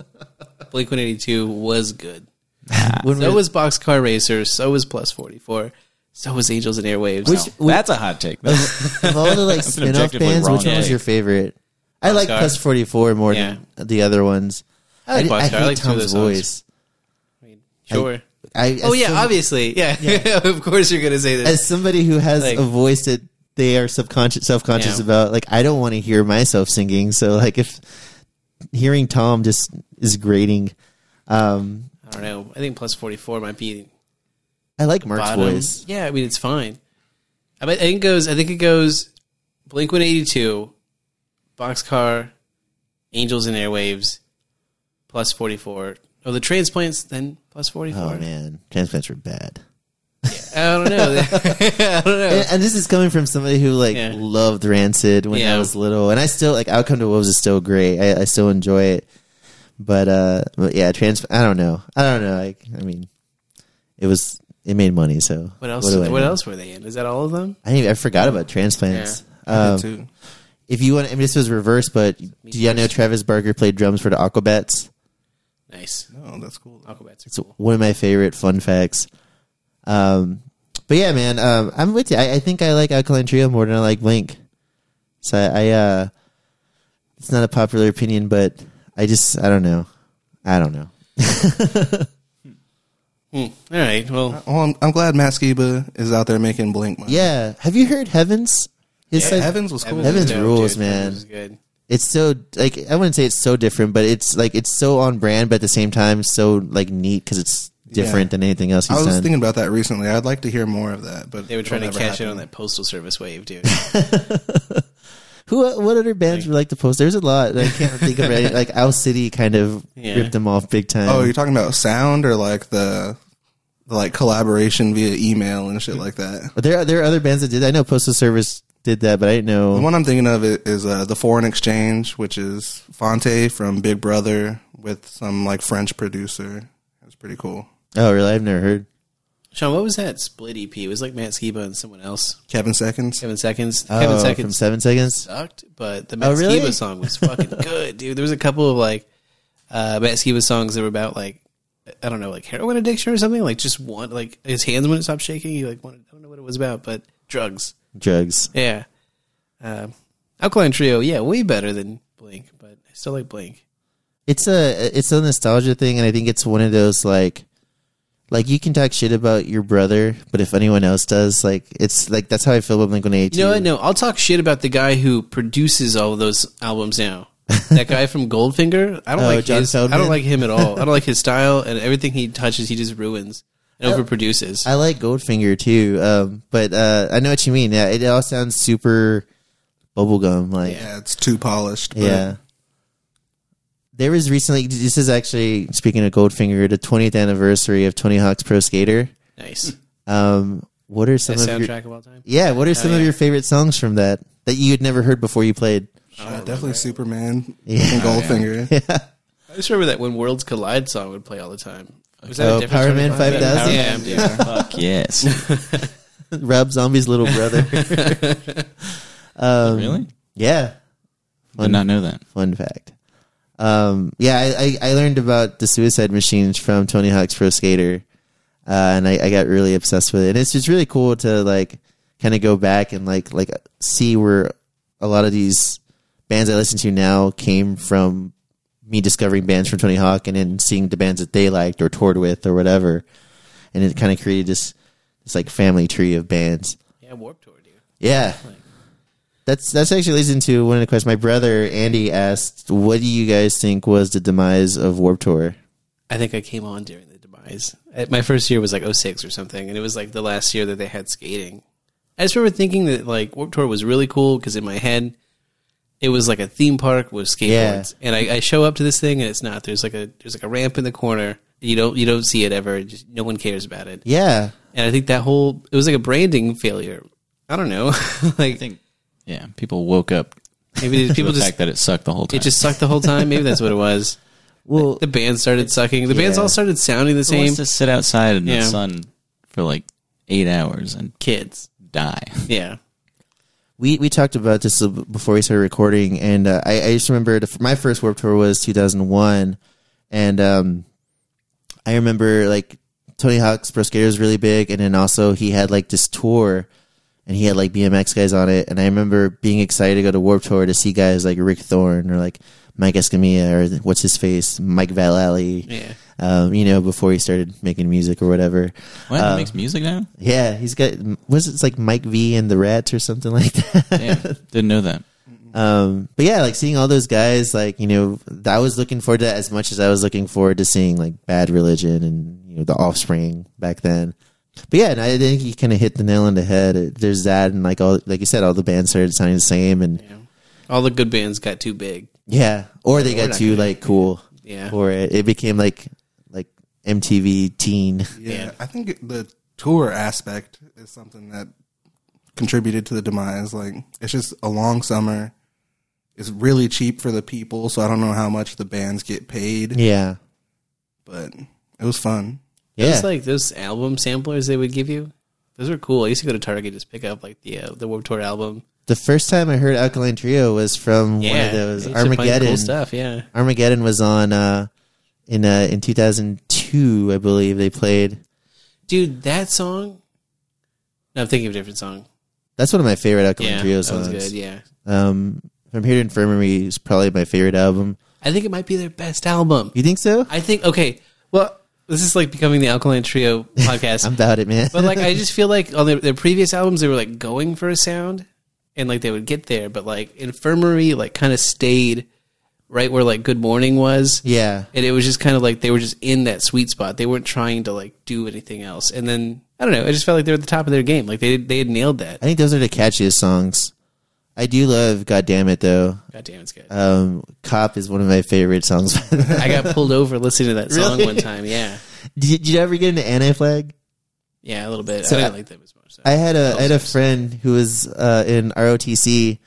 Speaker 3: Blink One Eighty Two was good.
Speaker 1: When
Speaker 3: So
Speaker 1: we-
Speaker 3: was Boxcar Racer. So was Plus Forty Four. So was Angels and Airwaves.
Speaker 1: Which-
Speaker 2: That's a hot take. That's-
Speaker 1: of all the like
Speaker 2: That's an
Speaker 1: spin-off
Speaker 2: objectively
Speaker 1: bands,
Speaker 2: wrong
Speaker 1: which one was
Speaker 2: take.
Speaker 1: your favorite? I like
Speaker 3: Boxcar.
Speaker 1: Plus Forty Four more than the other ones.
Speaker 3: I like
Speaker 1: di-
Speaker 3: Boxcar. I like two of
Speaker 1: Tom's
Speaker 3: their
Speaker 1: voice.
Speaker 3: songs. sure.
Speaker 1: I, as
Speaker 3: oh yeah,
Speaker 1: some-
Speaker 3: obviously. Yeah. of course you're gonna say this.
Speaker 1: As somebody who has
Speaker 3: Like-
Speaker 1: a voice that they are subconscious, self-conscious
Speaker 3: Yeah.
Speaker 1: about, like I don't want to hear myself singing. So like if hearing Tom just is grating. Um,
Speaker 3: I don't know. I think Plus Forty Four might be
Speaker 1: I like Mark's
Speaker 3: bottom.
Speaker 1: voice.
Speaker 3: Yeah, I mean it's fine. I, bet, I think it goes. I think it goes. Blink One Eighty Two, Boxcar, Angels and Airwaves, plus forty four. Oh, the transplants then plus forty four.
Speaker 1: Oh man, transplants were bad.
Speaker 3: I don't know. I don't know.
Speaker 1: And, and this is coming from somebody who like
Speaker 3: Yeah.
Speaker 1: loved Rancid when
Speaker 3: Yeah.
Speaker 1: I was little, and I still like Outcome to Wolves is still great. I, I still enjoy it, but uh, but yeah, trans. I don't know. I don't know. Like, I mean, it was it made money. So
Speaker 3: What else?
Speaker 1: do I
Speaker 3: What,
Speaker 1: know?
Speaker 3: else were they in? Is that all of them?
Speaker 1: I didn't, I forgot about transplants. Um,
Speaker 4: too.
Speaker 1: if you want, I mean, this was reversed, but do y'all know Travis Barker played drums for the Aquabats?
Speaker 3: Nice.
Speaker 4: Oh, that's cool.
Speaker 3: Aquabats are
Speaker 1: It's
Speaker 3: cool.
Speaker 1: one of my favorite fun facts. Um, But yeah, man, um, I'm with you. I, I think I like Alkaline Trio more than I like Blink. So I, I uh, it's not a popular opinion, but I just, I don't know. I don't know.
Speaker 3: Hmm. All right. Well,
Speaker 4: Well, I'm, I'm glad Matt Skiba is out there making Blink money.
Speaker 1: Yeah. Have you heard Heavens? His
Speaker 3: Yeah,
Speaker 1: side-
Speaker 4: Evans was cool.
Speaker 1: Evans- Heaven's
Speaker 3: is dope,
Speaker 1: rules,
Speaker 3: dude.
Speaker 1: man.
Speaker 3: Heaven's is good.
Speaker 1: it's so like I wouldn't say it's so different, but it's like it's so on brand, but at the same time so like neat because it's different
Speaker 4: Yeah.
Speaker 1: than anything else he's
Speaker 4: I was
Speaker 1: done.
Speaker 4: thinking about that recently. I'd like to hear more of that, but
Speaker 3: They were trying to
Speaker 4: it'll
Speaker 3: cash
Speaker 4: never
Speaker 3: in on
Speaker 4: happen.
Speaker 3: that postal service wave, dude.
Speaker 1: Who? What other bands would like to post? There's a lot. that I can't think of any. Like Owl City kind of
Speaker 3: Yeah.
Speaker 1: ripped them off big time.
Speaker 4: Oh, you're talking about sound or like the, the like collaboration via email and shit like that.
Speaker 1: But there, there are other bands that did. I know Postal Service did that, but I didn't know.
Speaker 4: The one I'm thinking of i- is uh, the Foreign Exchange, which is Fonte from Big Brother with some like French producer. It was pretty cool.
Speaker 1: oh, really? I've never heard.
Speaker 3: Sean, what was that split EP? It was like Matt Skiba and someone else.
Speaker 4: Kevin Seconds.
Speaker 3: Kevin Seconds.
Speaker 1: Oh,
Speaker 3: Kevin
Speaker 1: from
Speaker 3: Seconds
Speaker 1: Seven Seconds.
Speaker 3: sucked, but the Matt
Speaker 1: Oh, really?
Speaker 3: Skiba song was fucking good, dude. There was a couple of like uh, Matt Skiba songs that were about like I don't know, like heroin addiction or something. Like just one, like his hands wouldn't stop shaking. He like wanted, I don't know what it was about, but drugs.
Speaker 1: Drugs.
Speaker 3: Yeah. Um, Alkaline Trio, yeah, way better than Blink, but I still like Blink.
Speaker 1: It's a, it's a nostalgia thing, and I think it's one of those like, like you can talk shit about your brother, but if anyone else does, like, it's like that's how I feel about Blink One Eighty
Speaker 3: You know
Speaker 1: Two.
Speaker 3: what? No, I'll talk shit about the guy who produces all those albums now. That guy from Goldfinger, I don't
Speaker 1: Oh,
Speaker 3: like
Speaker 1: John
Speaker 3: his, I
Speaker 1: Feldman?
Speaker 3: don't like him at all. I don't like his style and everything he touches, he just ruins and overproduces.
Speaker 1: I like Goldfinger too, um, but uh, I know what you mean. Yeah, it all sounds super bubblegum like.
Speaker 4: Yeah, it's too polished. But
Speaker 1: Yeah. There was recently, this is actually, speaking of Goldfinger, the 20th anniversary of Tony Hawk's Pro Skater.
Speaker 3: nice.
Speaker 1: Um, what are some
Speaker 3: Best
Speaker 1: of your,
Speaker 3: soundtrack of all time.
Speaker 1: yeah, what are some of
Speaker 3: yeah.
Speaker 1: your favorite songs from that that you had never heard before you played?
Speaker 4: uh, definitely
Speaker 3: Oh,
Speaker 4: Superman
Speaker 1: Yeah.
Speaker 4: and Goldfinger.
Speaker 3: I just remember that when Worlds Collide song would play all the time. Was that
Speaker 1: Oh,
Speaker 3: a different
Speaker 1: Power Man 5000?
Speaker 3: Yeah, yeah.
Speaker 2: Fuck yes.
Speaker 1: Rob Zombie's little brother.
Speaker 3: Um,
Speaker 2: really?
Speaker 1: yeah.
Speaker 2: Did not know that.
Speaker 1: Fun fact. Um, yeah, I, I, I learned about the suicide machines from Tony Hawk's Pro Skater, uh, and I, I got really obsessed with it. And it's just really cool to like kind of go back and like like see where a lot of these bands I listen to now came from me discovering bands from Tony Hawk and then seeing the bands that they liked or toured with or whatever, and it kind of created this this like family tree of bands.
Speaker 3: yeah, Warp Tour, dude.
Speaker 1: Yeah. That's that's actually leads into one of the questions. My brother Andy asked, "What do you guys think was the demise of Warp Tour?"
Speaker 3: I think I came on during the demise. Uh, My first year was like 06 or something, and it was like the last year that they had skating. I just remember thinking that like Warped Tour was really cool because in my head, it was like a theme park with skateboards, and I, I show up to this thing and it's not. There's like a there's like a ramp in the corner. You don't you don't see it ever. Just, no one cares about it.
Speaker 1: Yeah,
Speaker 3: And I think that whole it was like a branding failure. I don't know.
Speaker 2: I
Speaker 3: like
Speaker 2: think. Yeah, people woke up
Speaker 3: maybe these
Speaker 2: to
Speaker 3: people
Speaker 2: the
Speaker 3: just
Speaker 2: fact that it sucked the whole time.
Speaker 3: it just sucked the whole time. Maybe that's what it was.
Speaker 1: well,
Speaker 3: The band started sucking. The bands
Speaker 1: Yeah.
Speaker 3: all started sounding the
Speaker 2: Who wants
Speaker 3: same.
Speaker 2: to sit outside in
Speaker 3: Yeah.
Speaker 2: the sun for like eight hours and
Speaker 3: Kids.
Speaker 2: die.
Speaker 3: Yeah.
Speaker 1: we we talked about this before we started recording, and uh, I, I just remember the, my first Warp Tour was 2001, and um, I remember like Tony Hawk's Pro Skater was really big, and then also he had like this tour, and he had like BMX guys on it, and I remember being excited to go to Warp Tour to see guys like Rick Thorne or like Mike Escamilla or what's his face Mike Vallely,
Speaker 3: Yeah.
Speaker 1: um, you know, before he started making music or whatever.
Speaker 2: What
Speaker 1: Uh,
Speaker 2: makes music now?
Speaker 1: yeah, he's got was it it's like Mike V and the Rats or something like that.
Speaker 2: Damn, didn't know that.
Speaker 1: Um, but yeah, like seeing all those guys, like you know, th- I was looking forward to that as much as I was looking forward to seeing like Bad Religion and you know the Offspring back then. But yeah, and I think he kind of hit the nail on the head. It- There's that, and like all like you said, all the bands started sounding the same, and
Speaker 3: Yeah. All the good bands got too big.
Speaker 1: yeah, or they
Speaker 3: We're
Speaker 1: got
Speaker 3: not
Speaker 1: too
Speaker 3: gonna-
Speaker 1: like cool,
Speaker 3: Yeah.
Speaker 1: or it, it became like like MTV Teen.
Speaker 4: Yeah,
Speaker 3: Yeah.
Speaker 4: I think it- the tour aspect is something that contributed to the demise. Like, it's just a long summer. It's really cheap for the people, so I don't know how much the bands get paid,
Speaker 1: Yeah,
Speaker 4: but it was fun.
Speaker 1: yeah,
Speaker 3: Those like those album samplers they would give you. Those were cool. I used to go to Target just pick up like the uh, the Warped Tour album.
Speaker 1: The first time I heard Alkaline Trio was from
Speaker 3: Yeah,
Speaker 1: one of those
Speaker 3: they used to find
Speaker 1: Armageddon.
Speaker 3: cool stuff. Yeah,
Speaker 1: Armageddon was on uh, in uh, in 2002, I believe they played.
Speaker 3: dude, that song No, I'm thinking of a different song.
Speaker 1: That's one of my favorite Alkaline
Speaker 3: Yeah,
Speaker 1: Trio
Speaker 3: that was
Speaker 1: songs.
Speaker 3: good. Yeah,
Speaker 1: Um, From Here to Infirmary is probably my favorite album.
Speaker 3: I think it might be their best album.
Speaker 1: You think so?
Speaker 3: I think okay. Well, this is like becoming the Alkaline Trio podcast.
Speaker 1: I'm about it, man.
Speaker 3: But like, I just feel like on their, their previous albums, they were like going for a sound, and like they would get there. But like, Infirmary like kind of stayed right where like Good Morning was,
Speaker 1: yeah,
Speaker 3: and it was just kind of like they were just in that sweet spot. They weren't trying to like do anything else. And then I don't know. I just felt like they were at the top of their game. Like they they had nailed that.
Speaker 1: I think those are the catchiest songs. I do love "God Damn It" though.
Speaker 3: God damn, it's good.
Speaker 1: Um, "Cop" is one of my favorite songs.
Speaker 3: I got pulled over listening to that song
Speaker 1: Really?
Speaker 3: one time. Yeah,
Speaker 1: did, did you ever get into Anti Flag?
Speaker 3: yeah, a little bit.
Speaker 1: So
Speaker 3: I didn't
Speaker 1: I-
Speaker 3: like that as much. So.
Speaker 1: I had a I had a friend who was uh, in ROTC,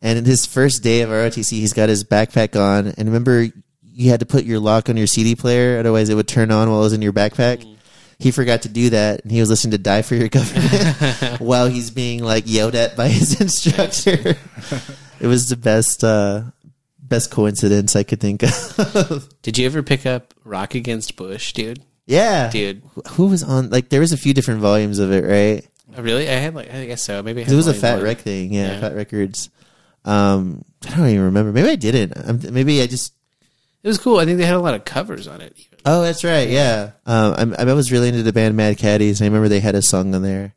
Speaker 1: and in his first day of ROTC, he's got his backpack on. And remember, you had to put your lock on your CD player, otherwise it would turn on while it was in your backpack.
Speaker 3: Mm-hmm.
Speaker 1: He forgot to do that, and he was listening to "Die for Your Government" while he's being like yelled at by his instructor. it was the best uh, best coincidence I could think of.
Speaker 3: Did you ever pick up Rock Against Bush, dude?
Speaker 1: yeah,
Speaker 3: Dude,
Speaker 1: who was on? Like, there was a few different volumes of it, right?
Speaker 3: Oh, really? I had like I guess so. Maybe I had
Speaker 1: It was a
Speaker 3: only
Speaker 1: Fat
Speaker 3: one.
Speaker 1: Wreck thing, yeah,
Speaker 3: Yeah.
Speaker 1: Fat Records. Um, I don't even remember. Maybe I didn't. Um, maybe I just.
Speaker 3: It was cool. I think they had a lot of covers on it. Even.
Speaker 1: Oh, that's right. Yeah, um, I, I was really into the band Mad Caddies. and I remember they had a song on there.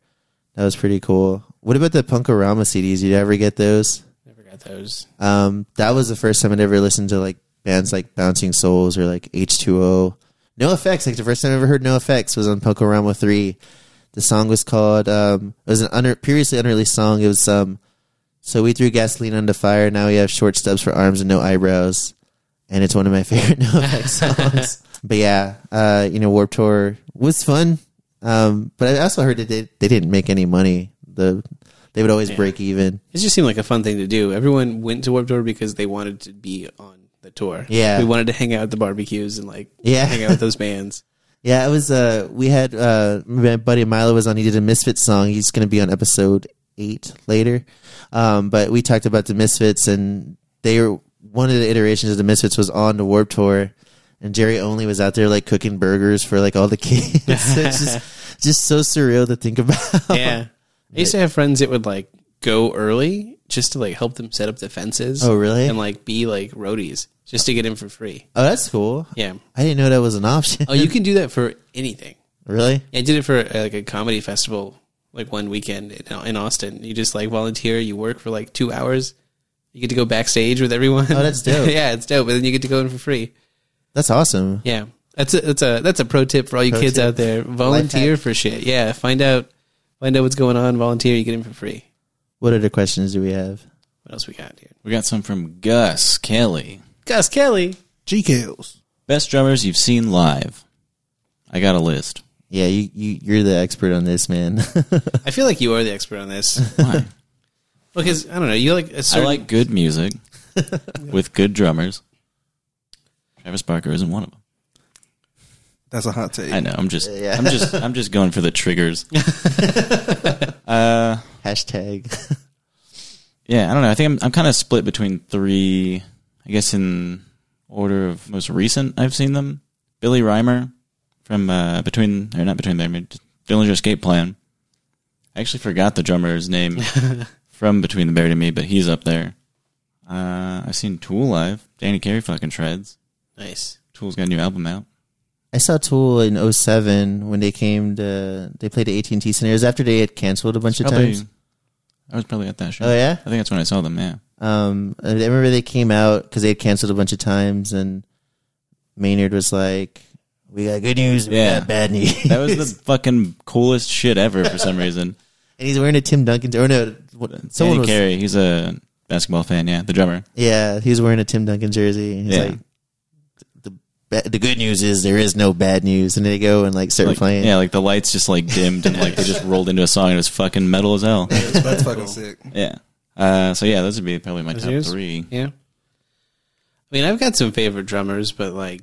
Speaker 1: That was pretty cool. What about the Punkorama CDs? Did you ever get those?
Speaker 3: Never got those.
Speaker 1: Um, that was the first time I'd ever listened to like bands like Bouncing Souls or like H2O. No Effects, like the first time I ever heard No Effects was on Punkorama 3. The song was called, um, it was an unre previously unreleased song. It was, um, So We Threw Gasoline on the Fire. Now we have short stubs for arms and no eyebrows. And it's one of my favorite No Effects songs. But yeah, uh, you know, Warp Tour was fun. Um, but I also heard that they, they didn't make any money. The, they would always break even.
Speaker 3: It just seemed like a fun thing to do. Everyone went to Warped Tour because they wanted to be on the tour.
Speaker 1: Yeah.
Speaker 3: we wanted to hang out at the barbecues and like
Speaker 1: Yeah.
Speaker 3: hang out with those bands.
Speaker 1: Yeah, it was. Uh, we had uh, my buddy Milo was on. He did a Misfits song. He's going to be on episode eight later. Um, but we talked about the Misfits, and they were one of the iterations of the Misfits was on the Warp Tour, and Jerry only was out there like cooking burgers for like all the kids. it's just, just so surreal to think about.
Speaker 3: Yeah, I used to have friends that would like go early just to like help them set up the fences.
Speaker 1: Oh, really?
Speaker 3: And like be like roadies just to get in for free.
Speaker 1: Oh, that's cool.
Speaker 3: Yeah.
Speaker 1: I didn't know that was an option.
Speaker 3: Oh, you can do that for anything.
Speaker 1: really?
Speaker 3: I did it for uh, like a comedy festival, like one weekend in, in Austin. You just like volunteer, you work for like two hours, you get to go backstage with everyone.
Speaker 1: Oh, that's dope.
Speaker 3: yeah, it's dope. But then you get to go in for free.
Speaker 1: That's awesome.
Speaker 3: Yeah, that's a that's a that's a pro tip for all you
Speaker 1: Pro
Speaker 3: kids
Speaker 1: tip.
Speaker 3: out there. Volunteer
Speaker 1: hack.
Speaker 3: for shit. Yeah, find out find out what's going on. Volunteer, you get in for free.
Speaker 1: What other questions do we have?
Speaker 3: What else we got, dude?
Speaker 2: We got some from Gus Kelly.
Speaker 3: Gus Kelly.
Speaker 4: G kills.
Speaker 2: Best drummers you've seen live. I got a list.
Speaker 1: Yeah, you, you you're the expert on this, man.
Speaker 3: I feel like you are the expert on this
Speaker 2: Why?
Speaker 3: because I don't know. You like a
Speaker 2: I
Speaker 3: certain,
Speaker 2: like good music with good drummers. Travis Barker isn't one of them.
Speaker 4: That's a hot take.
Speaker 2: I know. I'm just.
Speaker 1: Yeah.
Speaker 2: I'm just. I'm just going for the triggers. uh,
Speaker 1: Hashtag.
Speaker 2: yeah. I don't know. I think I'm. I'm kind of split between three. I guess in order of most recent, I've seen them. Billy Reimer from uh, between or not between them. Dillinger Escape Plan. I actually forgot the drummer's name from Between the Buried and Me, but he's up there. Uh, I've seen Tool live. Danny Carey fucking shreds.
Speaker 3: nice.
Speaker 2: Tool's got a new album out.
Speaker 1: I saw Tool in 07 when they came to they played at AT&T Center. It was after they had canceled a bunch of
Speaker 2: Probably-
Speaker 1: times.
Speaker 2: I was probably at that show.
Speaker 1: Oh yeah.
Speaker 2: I think that's when I saw them. Yeah,
Speaker 1: Um, I remember they came out because they had canceled a bunch of times, and Maynard was like, "We got good news, we
Speaker 2: Yeah.
Speaker 1: got bad news."
Speaker 2: that was the fucking coolest shit ever for some reason.
Speaker 1: and he's wearing a Tim Duncan. Or no, what- someone
Speaker 2: Danny
Speaker 1: was.
Speaker 2: Carey, he's a basketball fan. Yeah, the drummer.
Speaker 1: Yeah, he was wearing a Tim Duncan jersey. And he's
Speaker 2: Yeah.
Speaker 1: like, the, ba- "The good news is there is no bad news," and they go and like start
Speaker 2: Like,
Speaker 1: playing.
Speaker 2: yeah, like the lights just like dimmed and like they just rolled into a song and it was fucking metal as hell.
Speaker 4: That's fucking sick.
Speaker 2: Yeah. Uh, so yeah, those would be probably my
Speaker 3: Those
Speaker 2: top
Speaker 3: yours?
Speaker 2: three.
Speaker 3: Yeah. I mean, I've got some favorite drummers, but like,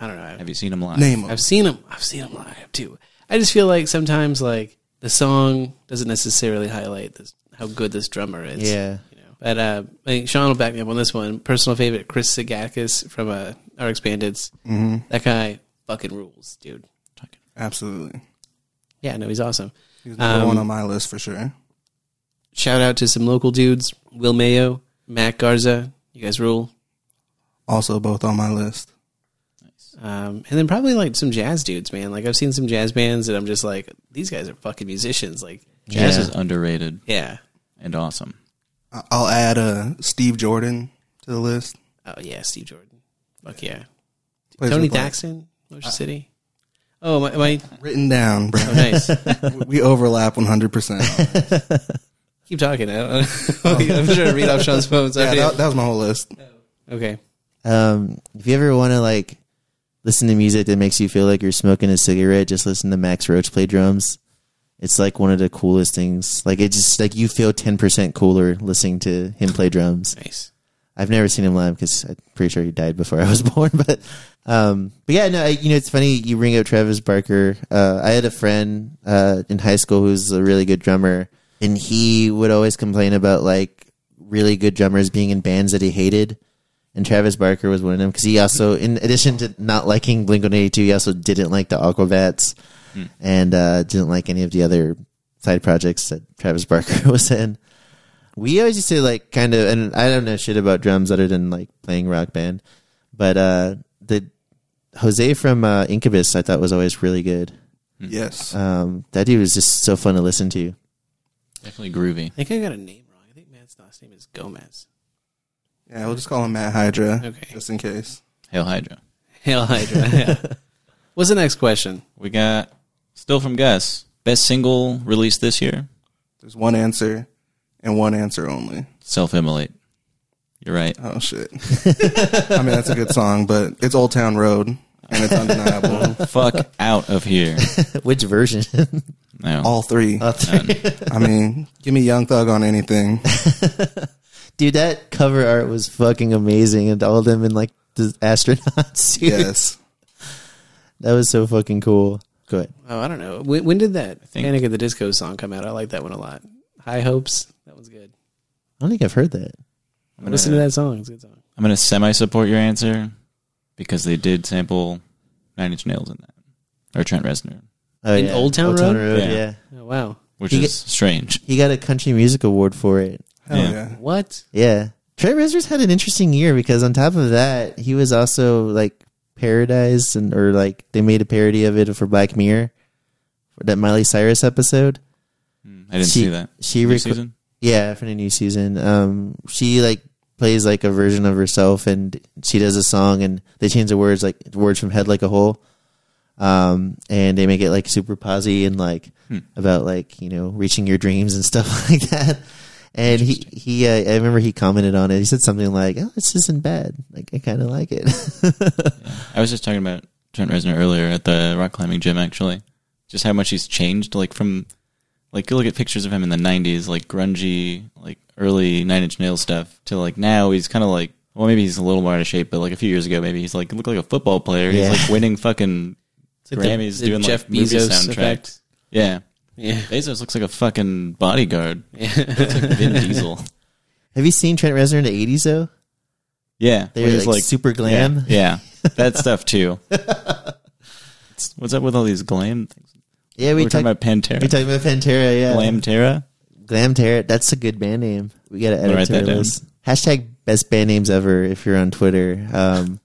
Speaker 3: I don't know. I've,
Speaker 2: Have you seen them live?
Speaker 4: Name them.
Speaker 3: I've seen them. I've seen them live too. I just feel like sometimes like the song doesn't necessarily highlight this, how good this drummer is.
Speaker 1: Yeah.
Speaker 3: You know? But uh, I think Sean will back me up on this one. Personal favorite, Chris Sagakis from uh, RX Bandits. That guy fucking rules, dude.
Speaker 4: Absolutely.
Speaker 3: Yeah, no, he's awesome.
Speaker 4: He's number
Speaker 3: Um,
Speaker 4: one on my list for sure.
Speaker 3: Shout out to some local dudes Will Mayo, Matt Garza. You guys rule.
Speaker 4: Also, both on my list.
Speaker 3: Um, and then probably like some jazz dudes, man. Like I've seen some jazz bands that I'm just like, these guys are fucking musicians. Like,
Speaker 2: Jazz
Speaker 1: Yeah.
Speaker 2: is underrated
Speaker 3: yeah.
Speaker 2: and awesome.
Speaker 4: I- I'll add uh, Steve Jordan to the list.
Speaker 3: Oh, yeah. Steve Jordan. Fuck yeah.
Speaker 4: Plays
Speaker 3: Tony
Speaker 4: with, like,
Speaker 3: Daxon, Motion City. Uh, Oh, my, my.
Speaker 4: Written down, bro.
Speaker 3: Oh, nice.
Speaker 4: we overlap 100%.
Speaker 3: Keep talking. I don't, I'm trying to read off Sean's phone. So I
Speaker 4: yeah,
Speaker 3: did.
Speaker 4: that, that was my whole list.
Speaker 3: okay.
Speaker 1: Um, if you ever want to like listen to music that makes you feel like you're smoking a cigarette, just listen to Max Roach play drums. It's like one of the coolest things. Like it just like you feel ten percent cooler listening to him play drums.
Speaker 3: Nice.
Speaker 1: I've never seen him live because I'm pretty sure he died before I was born. But, um, but yeah, no, I, you know, it's funny you bring up Travis Barker. Uh, I had a friend uh, in high school who's a really good drummer, and he would always complain about like really good drummers being in bands that he hated. And Travis Barker was one of them because he also, in addition to not liking Blink One Eighty Two, he also didn't like the Aquabats, and uh, didn't like any of the other side projects that Travis Barker was in. We always used to like kind of, and I don't know shit about drums other than like playing rock band, but uh, the Jose from uh, Incubus I thought was always really good.
Speaker 3: Mm-hmm.
Speaker 4: Yes.
Speaker 1: Um, that dude was just so fun to listen to.
Speaker 2: Definitely groovy.
Speaker 3: I think I got a name wrong. I think Matt's last name is Gomez.
Speaker 4: Yeah, we'll just call him Matt Hydra,
Speaker 3: Okay.
Speaker 4: just in case.
Speaker 2: Hail Hydra.
Speaker 3: Hail Hydra. yeah. What's the next question?
Speaker 2: We got still from Gus. Best single released this year.
Speaker 4: There's one answer and one answer only.
Speaker 2: Self immolate. You're right.
Speaker 4: Oh shit! I mean, that's a good song, but it's Old Town Road, and it's undeniable.
Speaker 2: Fuck out of here.
Speaker 1: Which version?
Speaker 2: No.
Speaker 4: All three. I mean, give me Young Thug on anything.
Speaker 1: dude, that cover art was fucking amazing, and all of them in like the astronaut suits.
Speaker 4: Yes,
Speaker 1: That was so fucking cool. Go ahead.
Speaker 3: Oh, I don't know. When, when did that
Speaker 2: think-
Speaker 3: Panic at the Disco song come out? I like that one a lot. High Hopes. That one's good.
Speaker 1: I don't think I've heard that.
Speaker 2: I'm gonna,
Speaker 3: Listen to that song. It's a good song.
Speaker 2: I'm gonna semi support your answer because they did sample Nine Inch Nails in that. Or Trent Reznor.
Speaker 1: Oh,
Speaker 3: In Old Town Road?
Speaker 2: Yeah.
Speaker 1: yeah.
Speaker 3: Oh, wow.
Speaker 2: Which
Speaker 1: He
Speaker 2: is strange.
Speaker 1: he got a country music award for it.
Speaker 4: hell
Speaker 2: Yeah.
Speaker 4: yeah.
Speaker 3: What?
Speaker 1: Yeah. Trey Reznor's had an interesting year because on top of that, he was also like parodized and or like they made a parody of it for Black Mirror for that Miley Cyrus episode.
Speaker 2: Mm, I didn't
Speaker 1: She-
Speaker 2: see that.
Speaker 1: she
Speaker 2: New
Speaker 1: reco-
Speaker 2: season?
Speaker 1: Yeah, for the new season. Um she like plays like a version of herself and she does a song and they change the words like words from head like a hole. Um and they make it like super posy and like
Speaker 2: Hmm.
Speaker 1: about like, you know, reaching your dreams and stuff like that. And he he uh, I remember he commented on it. He said something like, "Oh, this isn't bad. Like I kind of like it."
Speaker 2: I was just talking about Trent Reznor earlier at the rock climbing gym, actually. Just how much he's changed, like from, like you look at pictures of him in the '90s, like grungy, like early Nine Inch Nails stuff, to like now he's kind of like, well, maybe he's a little more out of shape, but like a few years ago, maybe he's like looked like a football player.
Speaker 1: Yeah.
Speaker 2: He's like winning fucking
Speaker 3: It's like the-
Speaker 2: Grammys,
Speaker 3: the
Speaker 2: doing
Speaker 3: Jeff
Speaker 2: like movie
Speaker 3: Bezos
Speaker 2: soundtracks.
Speaker 3: effect.
Speaker 2: Yeah,
Speaker 3: Yeah.
Speaker 2: Bezos looks like a fucking bodyguard. Looks like Vin Diesel.
Speaker 1: Have you seen Trent Reznor in the 80s though?
Speaker 2: Yeah,
Speaker 1: They
Speaker 2: where
Speaker 1: were
Speaker 2: he's,
Speaker 1: like, super glam.
Speaker 2: Yeah, yeah. that stuff too. It's- What's up with all these glam? Things?
Speaker 1: Yeah,
Speaker 2: We
Speaker 1: we
Speaker 2: are
Speaker 1: talked
Speaker 2: talking about Pantera,
Speaker 1: we talking about Pantera, yeah.
Speaker 2: Glam Terra.
Speaker 1: Glam Tarot. That's a good band name. We got to
Speaker 2: Write
Speaker 1: edit to
Speaker 2: that
Speaker 1: our
Speaker 2: down.
Speaker 1: list. Hashtag best band names ever. If you're on Twitter, um,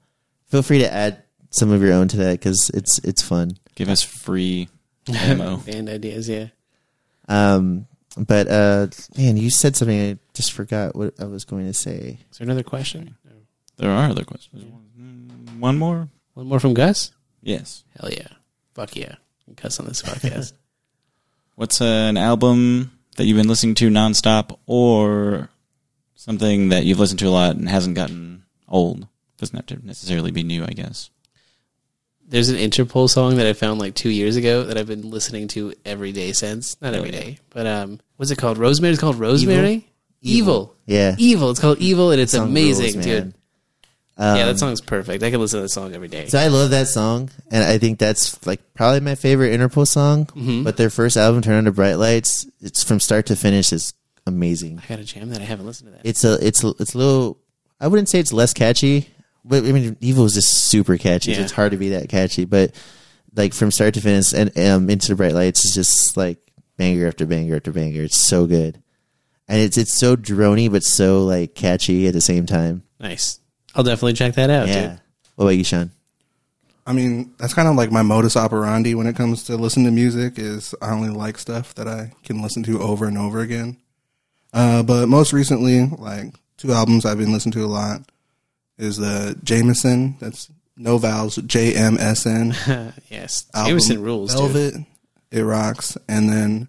Speaker 1: feel free to add some of your own to that because it's it's fun.
Speaker 2: Give us free ammo.
Speaker 3: Band ideas, yeah.
Speaker 1: Um, but uh, man, you said something I just forgot what I was going to say.
Speaker 3: Is there another question?
Speaker 2: there are other questions. Mm, One more?
Speaker 3: One more from Gus?
Speaker 2: Yes.
Speaker 3: Hell yeah. Fuck yeah. Gus on this podcast.
Speaker 2: What's uh, an album that you've been listening to nonstop, or something that you've listened to a lot and hasn't gotten old? Doesn't have to necessarily be new, I guess.
Speaker 3: There's an Interpol song that I found like two years ago that I've been listening to every day since. Not every
Speaker 2: yeah.
Speaker 3: day, but um, what's it called? Rosemary. It's called Rosemary. Evil. Evil.
Speaker 1: Yeah,
Speaker 3: It's called Evil, and it's
Speaker 1: Song
Speaker 3: amazing,
Speaker 1: rules,
Speaker 3: dude.
Speaker 1: man. Um,
Speaker 3: yeah, that song's perfect. I can listen to that song every day.
Speaker 1: So I love that song, and I think that's like probably my favorite Interpol song.
Speaker 3: Mm-hmm.
Speaker 1: But their first album, "Turn on the Bright Lights," it's from start to finish is amazing.
Speaker 3: I got a jam that I haven't listened to that.
Speaker 1: it's a it's a, it's a little I wouldn't say it's less catchy, but I mean Evil is just super catchy.
Speaker 3: Yeah.
Speaker 1: It's hard to be that catchy, but like from start to finish and um, into the bright lights is just like banger after banger after banger. It's so good, and it's it's so drony but so like catchy at the same time.
Speaker 3: Nice. I'll definitely check that out,
Speaker 1: yeah.
Speaker 3: dude.
Speaker 1: What about you, Sean?
Speaker 4: I mean, that's kind of like my modus operandi when it comes to listening to music is I only like stuff that I can listen to over and over again. Uh, but most recently, like two albums I've been listening to a lot is the Jameson. That's no vowels, J M S N.
Speaker 3: Yes.
Speaker 4: album,
Speaker 3: Jameson rules, dude.
Speaker 4: Velvet, it rocks. And then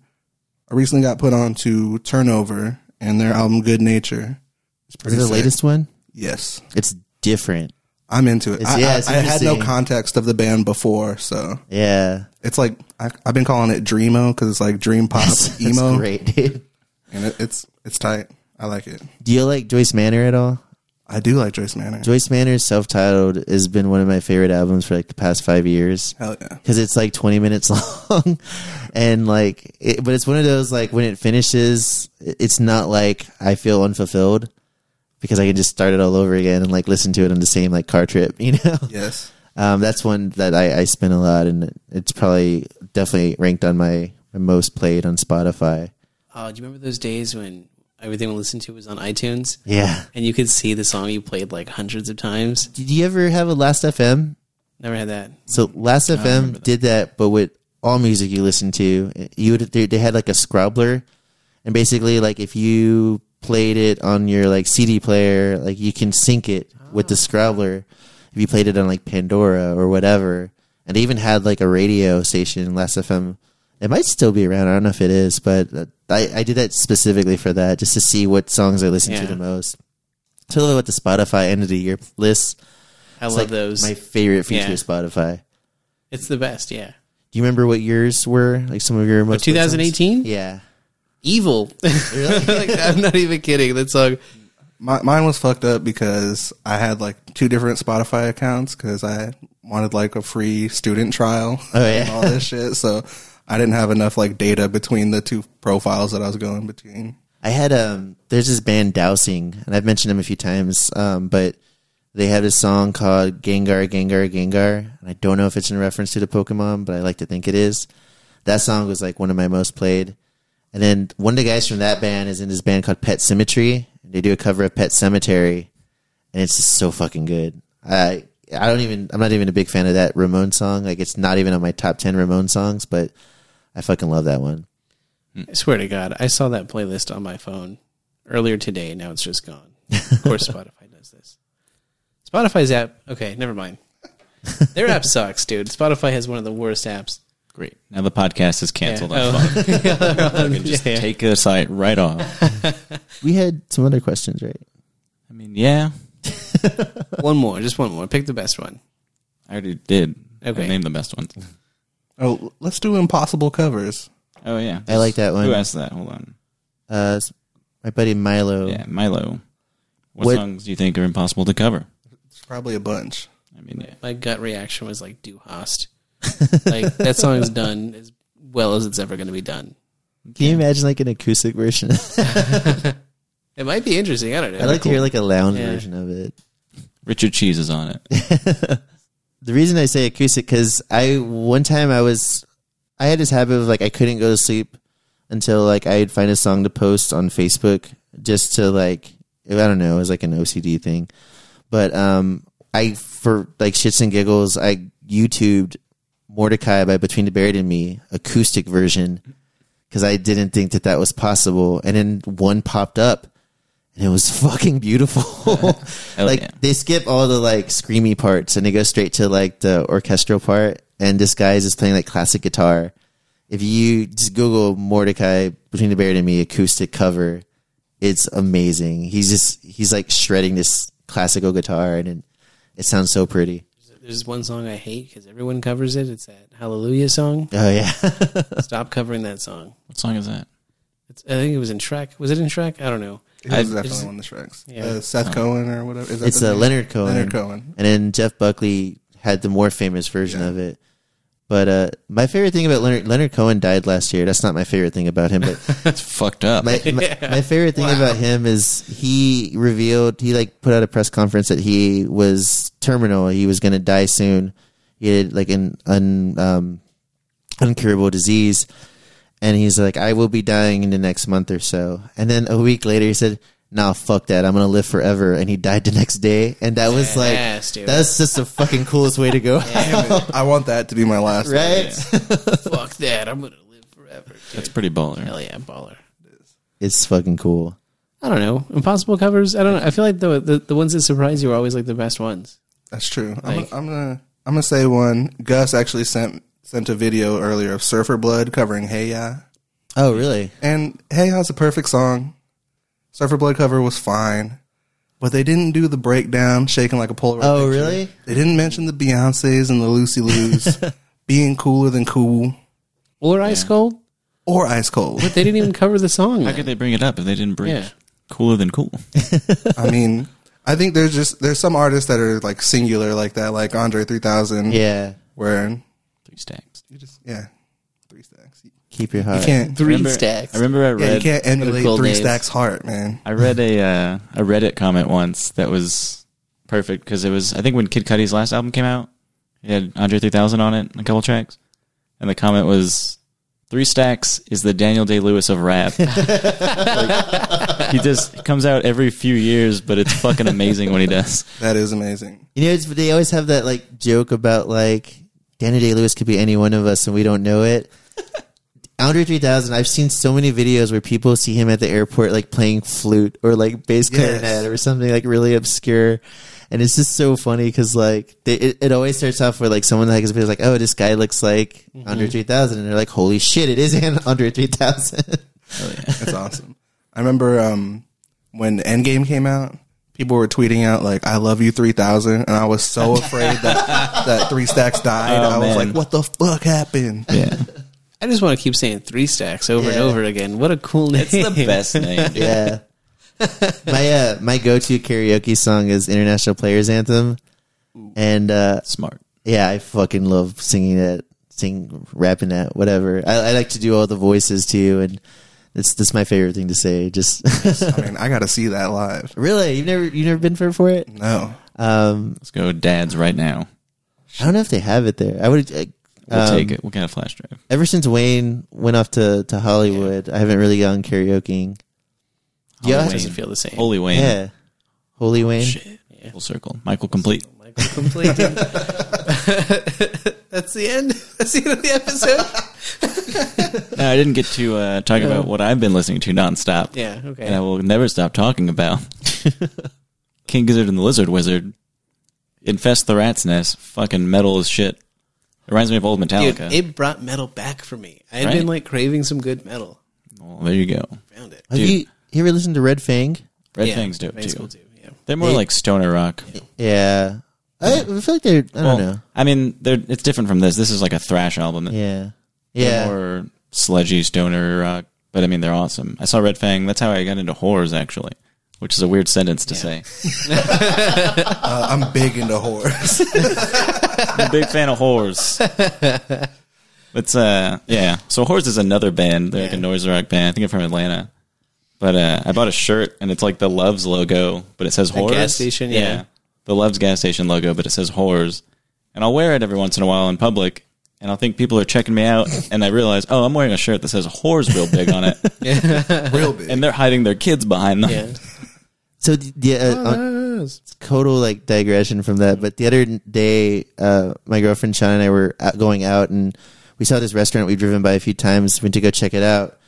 Speaker 4: I recently got put on to Turnover and their album Good Nature. It's
Speaker 1: Is
Speaker 4: pretty
Speaker 1: it the
Speaker 4: sick.
Speaker 1: latest one?
Speaker 4: Yes,
Speaker 1: It's different.
Speaker 4: I'm into it.
Speaker 1: It's-
Speaker 4: I,
Speaker 1: yeah, it's
Speaker 4: I, I had no
Speaker 1: interesting.
Speaker 4: context of the band before, so
Speaker 1: Yeah,
Speaker 4: it's like I, I've been calling it Dreamo because it's like dream pop
Speaker 1: that's, that's
Speaker 4: emo,
Speaker 1: great, dude.
Speaker 4: and it, it's it's tight. I like it.
Speaker 1: Do you like Joyce Manor at all?
Speaker 4: I do like Joyce Manor.
Speaker 1: Joyce Manor's self-titled has been one of my favorite albums for like the past five years.
Speaker 4: Hell yeah!
Speaker 1: because it's like 20 minutes long and like it, but it's one of those like when it finishes it- it's not like i feel unfulfilled because i can just start it all over again and like listen to it on the same like car trip you know
Speaker 4: Yes,
Speaker 1: um, that's one that i, I spin a lot and it's probably definitely ranked on my, my most played on spotify
Speaker 3: Oh, do you remember those days when everything we listened to was on iTunes?
Speaker 1: yeah
Speaker 3: And you could see the song you played like hundreds of times.
Speaker 1: did you ever have a last fm
Speaker 3: Never had that.
Speaker 1: So Last FM did that, but with all music you listen to, you would, they, they had like a scrubbler, and basically like if you played it on your like CD player, like you can sync it with the
Speaker 3: Ah.
Speaker 1: scrubbler. If you played it on like Pandora or whatever, and they even had like a radio station, Last FM. It might still be around. I don't know if it is, but uh, I, I did that specifically for that, just to see what songs I listen to
Speaker 3: Yeah.
Speaker 1: the most. Totally what the Spotify end of the year list.
Speaker 3: I love
Speaker 1: It's, like,
Speaker 3: those.
Speaker 1: My favorite feature
Speaker 3: Yeah.
Speaker 1: of Spotify.
Speaker 3: it's the best, yeah.
Speaker 1: Do you remember what yours were? Like some of your most
Speaker 3: 2018?
Speaker 1: Yeah.
Speaker 3: Evil. Like, I'm not even kidding. That song.
Speaker 4: My, mine was fucked up because I had like two different Spotify accounts because I wanted like a free student trial
Speaker 1: Oh,
Speaker 4: and
Speaker 1: yeah.
Speaker 4: all this shit. So I didn't have enough like data between the two profiles that I was going between.
Speaker 1: I had um there's this band Dowsing and I've mentioned them a few times um but they had a song called Gengar Gengar Gengar and I don't know if it's in reference to the Pokemon but I like to think it is. That song was like one of my most played. And then one of the guys from that band is in this band called Pet Symmetry. They do a cover of Pet Cemetery and it's just so fucking good. I I don't even I'm not even a big fan of that Ramon song. Like it's not even on my top 10 Ramon songs but I fucking love that one.
Speaker 3: I swear to God, I saw that playlist on my phone earlier today. Now it's just gone. Of course, Spotify does this. Spotify's app. Okay, never mind. Their app sucks, dude. Spotify has one of the worst apps.
Speaker 2: Great. Oh, Now the podcast is canceled.
Speaker 3: Yeah. Oh.
Speaker 2: I'm fucked. I can just
Speaker 3: Yeah.
Speaker 2: take a site right off.
Speaker 1: We had some other questions, right?
Speaker 2: I mean, yeah,
Speaker 3: One more, just one more. Pick the best one.
Speaker 2: I already did.
Speaker 3: Okay.
Speaker 2: I named the best ones.
Speaker 4: Oh, let's do impossible covers.
Speaker 2: Oh yeah,
Speaker 1: I like that one.
Speaker 2: Who asked that? Hold on.
Speaker 1: Uh, s- my buddy Milo.
Speaker 2: Yeah, Milo. What,
Speaker 1: Oh. What-
Speaker 2: songs do you think are impossible to cover?
Speaker 4: It's probably a bunch.
Speaker 2: I mean, yeah.
Speaker 3: My gut reaction was like, "Du hast." Like that song is done as well as it's ever going to be done.
Speaker 1: Can you imagine like an acoustic version?
Speaker 3: It might be interesting. I don't know.
Speaker 1: I'd like to hear like a lounge
Speaker 3: Yeah.
Speaker 1: version of it.
Speaker 2: Richard Cheese is on it.
Speaker 1: The reason I say acoustic because I one time I was I had this habit of like I couldn't go to sleep until like I'd find a song to post on Facebook just to like I don't know it was like an OCD thing, but um I for like shits and giggles I YouTubed Mordecai by Between the Buried and Me acoustic version because I didn't think that that was possible and then one popped up and it was fucking beautiful like
Speaker 2: yeah.
Speaker 1: they skip all the like screamy parts and they go straight to like the orchestral part and this guy is just playing like classic guitar if you just google mordecai between the buried and me acoustic cover it's amazing he's just he's like shredding this classical guitar and it, it sounds so pretty
Speaker 3: There's one song I hate because everyone covers it. It's that Hallelujah song.
Speaker 1: oh yeah
Speaker 3: Stop covering that song.
Speaker 2: What song is that?
Speaker 3: It's, I think it was in Shrek. Was it in Shrek? I don't know.
Speaker 4: It was
Speaker 2: I-
Speaker 4: definitely
Speaker 3: it's-
Speaker 4: one of the Shreks.
Speaker 3: Yeah.
Speaker 4: Uh, Seth Cohen or whatever. Is that
Speaker 1: Oh. it's
Speaker 4: the
Speaker 1: uh,
Speaker 4: name?
Speaker 1: leonard cohen
Speaker 4: Leonard Cohen.
Speaker 1: and then Jeff Buckley had the more famous version of it. But uh, my favorite thing about Leonard Leonard Cohen died last year. That's not my favorite thing about him, but
Speaker 2: It's fucked up.
Speaker 1: my my, my favorite thing about him is he revealed he like put out a press conference that he was terminal. He was going to die soon. He had like an un um, uncurable disease, And he's like, I will be dying in the next month or so. And then a week later, he said, Nah, fuck that. I'm gonna live forever. And he died the next day. And that was like,
Speaker 3: Yes, dude.
Speaker 1: that's just the fucking coolest way to go,
Speaker 4: I want that to be my last.
Speaker 1: right?
Speaker 3: Fuck that. I'm gonna live forever. Dude.
Speaker 2: That's pretty baller.
Speaker 3: Hell yeah, baller.
Speaker 1: It's fucking cool.
Speaker 3: I don't know. Impossible covers. I don't know. I feel like the the, the ones that surprise you are always like the best ones.
Speaker 4: That's true.
Speaker 3: Like-
Speaker 4: I'm, gonna- I'm gonna I'm gonna say one. Gus actually sent sent a video earlier of Surfer Blood covering Hey Ya,
Speaker 1: Oh, really?
Speaker 4: and Hey Ya's a perfect song. Surfer Blood cover was fine, but they didn't do the breakdown, shaking like a Polaroid.
Speaker 1: Oh,
Speaker 4: picture.
Speaker 1: really?
Speaker 4: They didn't mention the Beyonces and the Lucy Lou's being cooler than cool
Speaker 3: Or Ice Cold.
Speaker 4: or ice cold.
Speaker 3: But they didn't even cover the song.
Speaker 2: How
Speaker 3: then.
Speaker 2: could they bring it up if they didn't bring
Speaker 3: Yeah.
Speaker 2: cooler than cool?
Speaker 4: I mean, I think there's just there's some artists that are like singular like that, like Andre 3000.
Speaker 1: Yeah.
Speaker 4: where
Speaker 2: Three stacks.
Speaker 4: you just yeah, three stacks. You
Speaker 1: Keep your heart.
Speaker 4: can't
Speaker 3: Three
Speaker 2: remember,
Speaker 3: stacks.
Speaker 2: I remember I
Speaker 4: Yeah, you
Speaker 2: read
Speaker 4: can't emulate
Speaker 3: cool
Speaker 4: Three
Speaker 3: names.
Speaker 4: Stacks Heart, man.
Speaker 2: I read a uh, a Reddit comment once that was perfect because it was I think when Kid Cudi's last album came out, he had Andre 3000 on it, and a couple tracks, and the comment was, Three Stacks is the Daniel Day Lewis of rap." Like, he just he comes out every few years, but it's fucking amazing when he does.
Speaker 4: That is amazing.
Speaker 1: You know, it's, they always have that like joke about like Danny Day Lewis could be any one of us and we don't know it. Andre 3000, I've seen so many videos where people see him at the airport like playing flute or like bass
Speaker 4: Yes.
Speaker 1: clarinet or something like really obscure. And it's just so funny because like they, it, it always starts off with like someone like is like, oh, this guy looks like Andre 3000. And they're like, holy shit, it is An- Andre 3000.
Speaker 4: That's awesome. I remember um, when Endgame came out, people were tweeting out like "I love you 3000," and I was so afraid that that Three Stacks died.
Speaker 2: Oh,
Speaker 4: I was
Speaker 2: man.
Speaker 4: like, "What the fuck happened?"
Speaker 2: Yeah,
Speaker 3: I just want to keep saying three stacks over and
Speaker 1: Yeah.
Speaker 3: over again. What a cool name.
Speaker 2: it's the best name. dude.
Speaker 1: yeah. my uh, my go to karaoke song is International Players Anthem, and uh,
Speaker 2: Smart.
Speaker 1: yeah, I fucking love singing that, sing rapping that, whatever. I, I like to do all the voices too, and it's that's my favorite thing to say. Just
Speaker 4: I mean, I got to see that live.
Speaker 1: really, you've never you've never been for for it.
Speaker 4: No,
Speaker 1: Um,
Speaker 2: Let's go, Dad's right now.
Speaker 1: I don't know if they have it there. I would. Uh,
Speaker 2: We'll
Speaker 1: um,
Speaker 2: take it. We'll get a flash drive.
Speaker 1: Ever since Wayne went off to, to Hollywood, I haven't really gone karaokeing. Yeah.
Speaker 2: Holy
Speaker 3: Doesn't
Speaker 2: Wayne.
Speaker 3: feel the same.
Speaker 2: Holy Wayne.
Speaker 1: Yeah, Holy
Speaker 2: Oh,
Speaker 1: Wayne.
Speaker 3: shit. Yeah.
Speaker 2: Full circle. Michael complete.
Speaker 3: Michael completed. That's the end. That's the end of the episode.
Speaker 2: No, I didn't get to uh, talk about what I've been listening to nonstop.
Speaker 3: Yeah. Okay.
Speaker 2: and I will never stop talking about King Gizzard and the Lizard Wizard. Infest the rat's nest. Fucking metal as shit. Reminds me of old
Speaker 3: Dude,
Speaker 2: Metallica.
Speaker 3: it brought metal back for me. I had
Speaker 2: Right.
Speaker 3: been like craving some good metal.
Speaker 2: well, there you go.
Speaker 3: Found it.
Speaker 1: Have
Speaker 2: Dude.
Speaker 1: you, you ever listened to Red Fang?
Speaker 2: Red
Speaker 3: Yeah,
Speaker 2: Fang's dope
Speaker 3: Fang's
Speaker 2: too.
Speaker 3: cool too. Yeah.
Speaker 2: They're more like stoner rock.
Speaker 1: Yeah. I, I feel like they're, I don't
Speaker 2: Well,
Speaker 1: know.
Speaker 2: I mean, they're, it's different from this. This is like a thrash album.
Speaker 1: Yeah.
Speaker 2: They're
Speaker 1: Yeah.
Speaker 2: More sludgy stoner rock. But I mean, they're awesome. I saw Red Fang. That's how I got into horrors, actually, which is a weird sentence to say.
Speaker 4: uh, I'm big into horrors.
Speaker 2: I'm a big fan of Horse. It's uh yeah. So Horse is another band. They're like a noise rock band. I think they're from Atlanta. But uh, I bought a shirt and it's like the Loves logo, but it says Horrors.
Speaker 3: gas station, yeah.
Speaker 2: The Loves gas station logo, but it says Horrors. And I'll wear it every once in a while in public, and I'll think people are checking me out, and I realize, oh, I'm wearing a shirt that says Horrors real big on it,
Speaker 4: Real big.
Speaker 2: and they're hiding their kids behind them.
Speaker 3: Yeah.
Speaker 1: So the- the uh, on- it's total like digression from that, but the other day, uh, my girlfriend Sean and I were out, going out, and we saw this restaurant we've driven by a few times. Went to go check it out,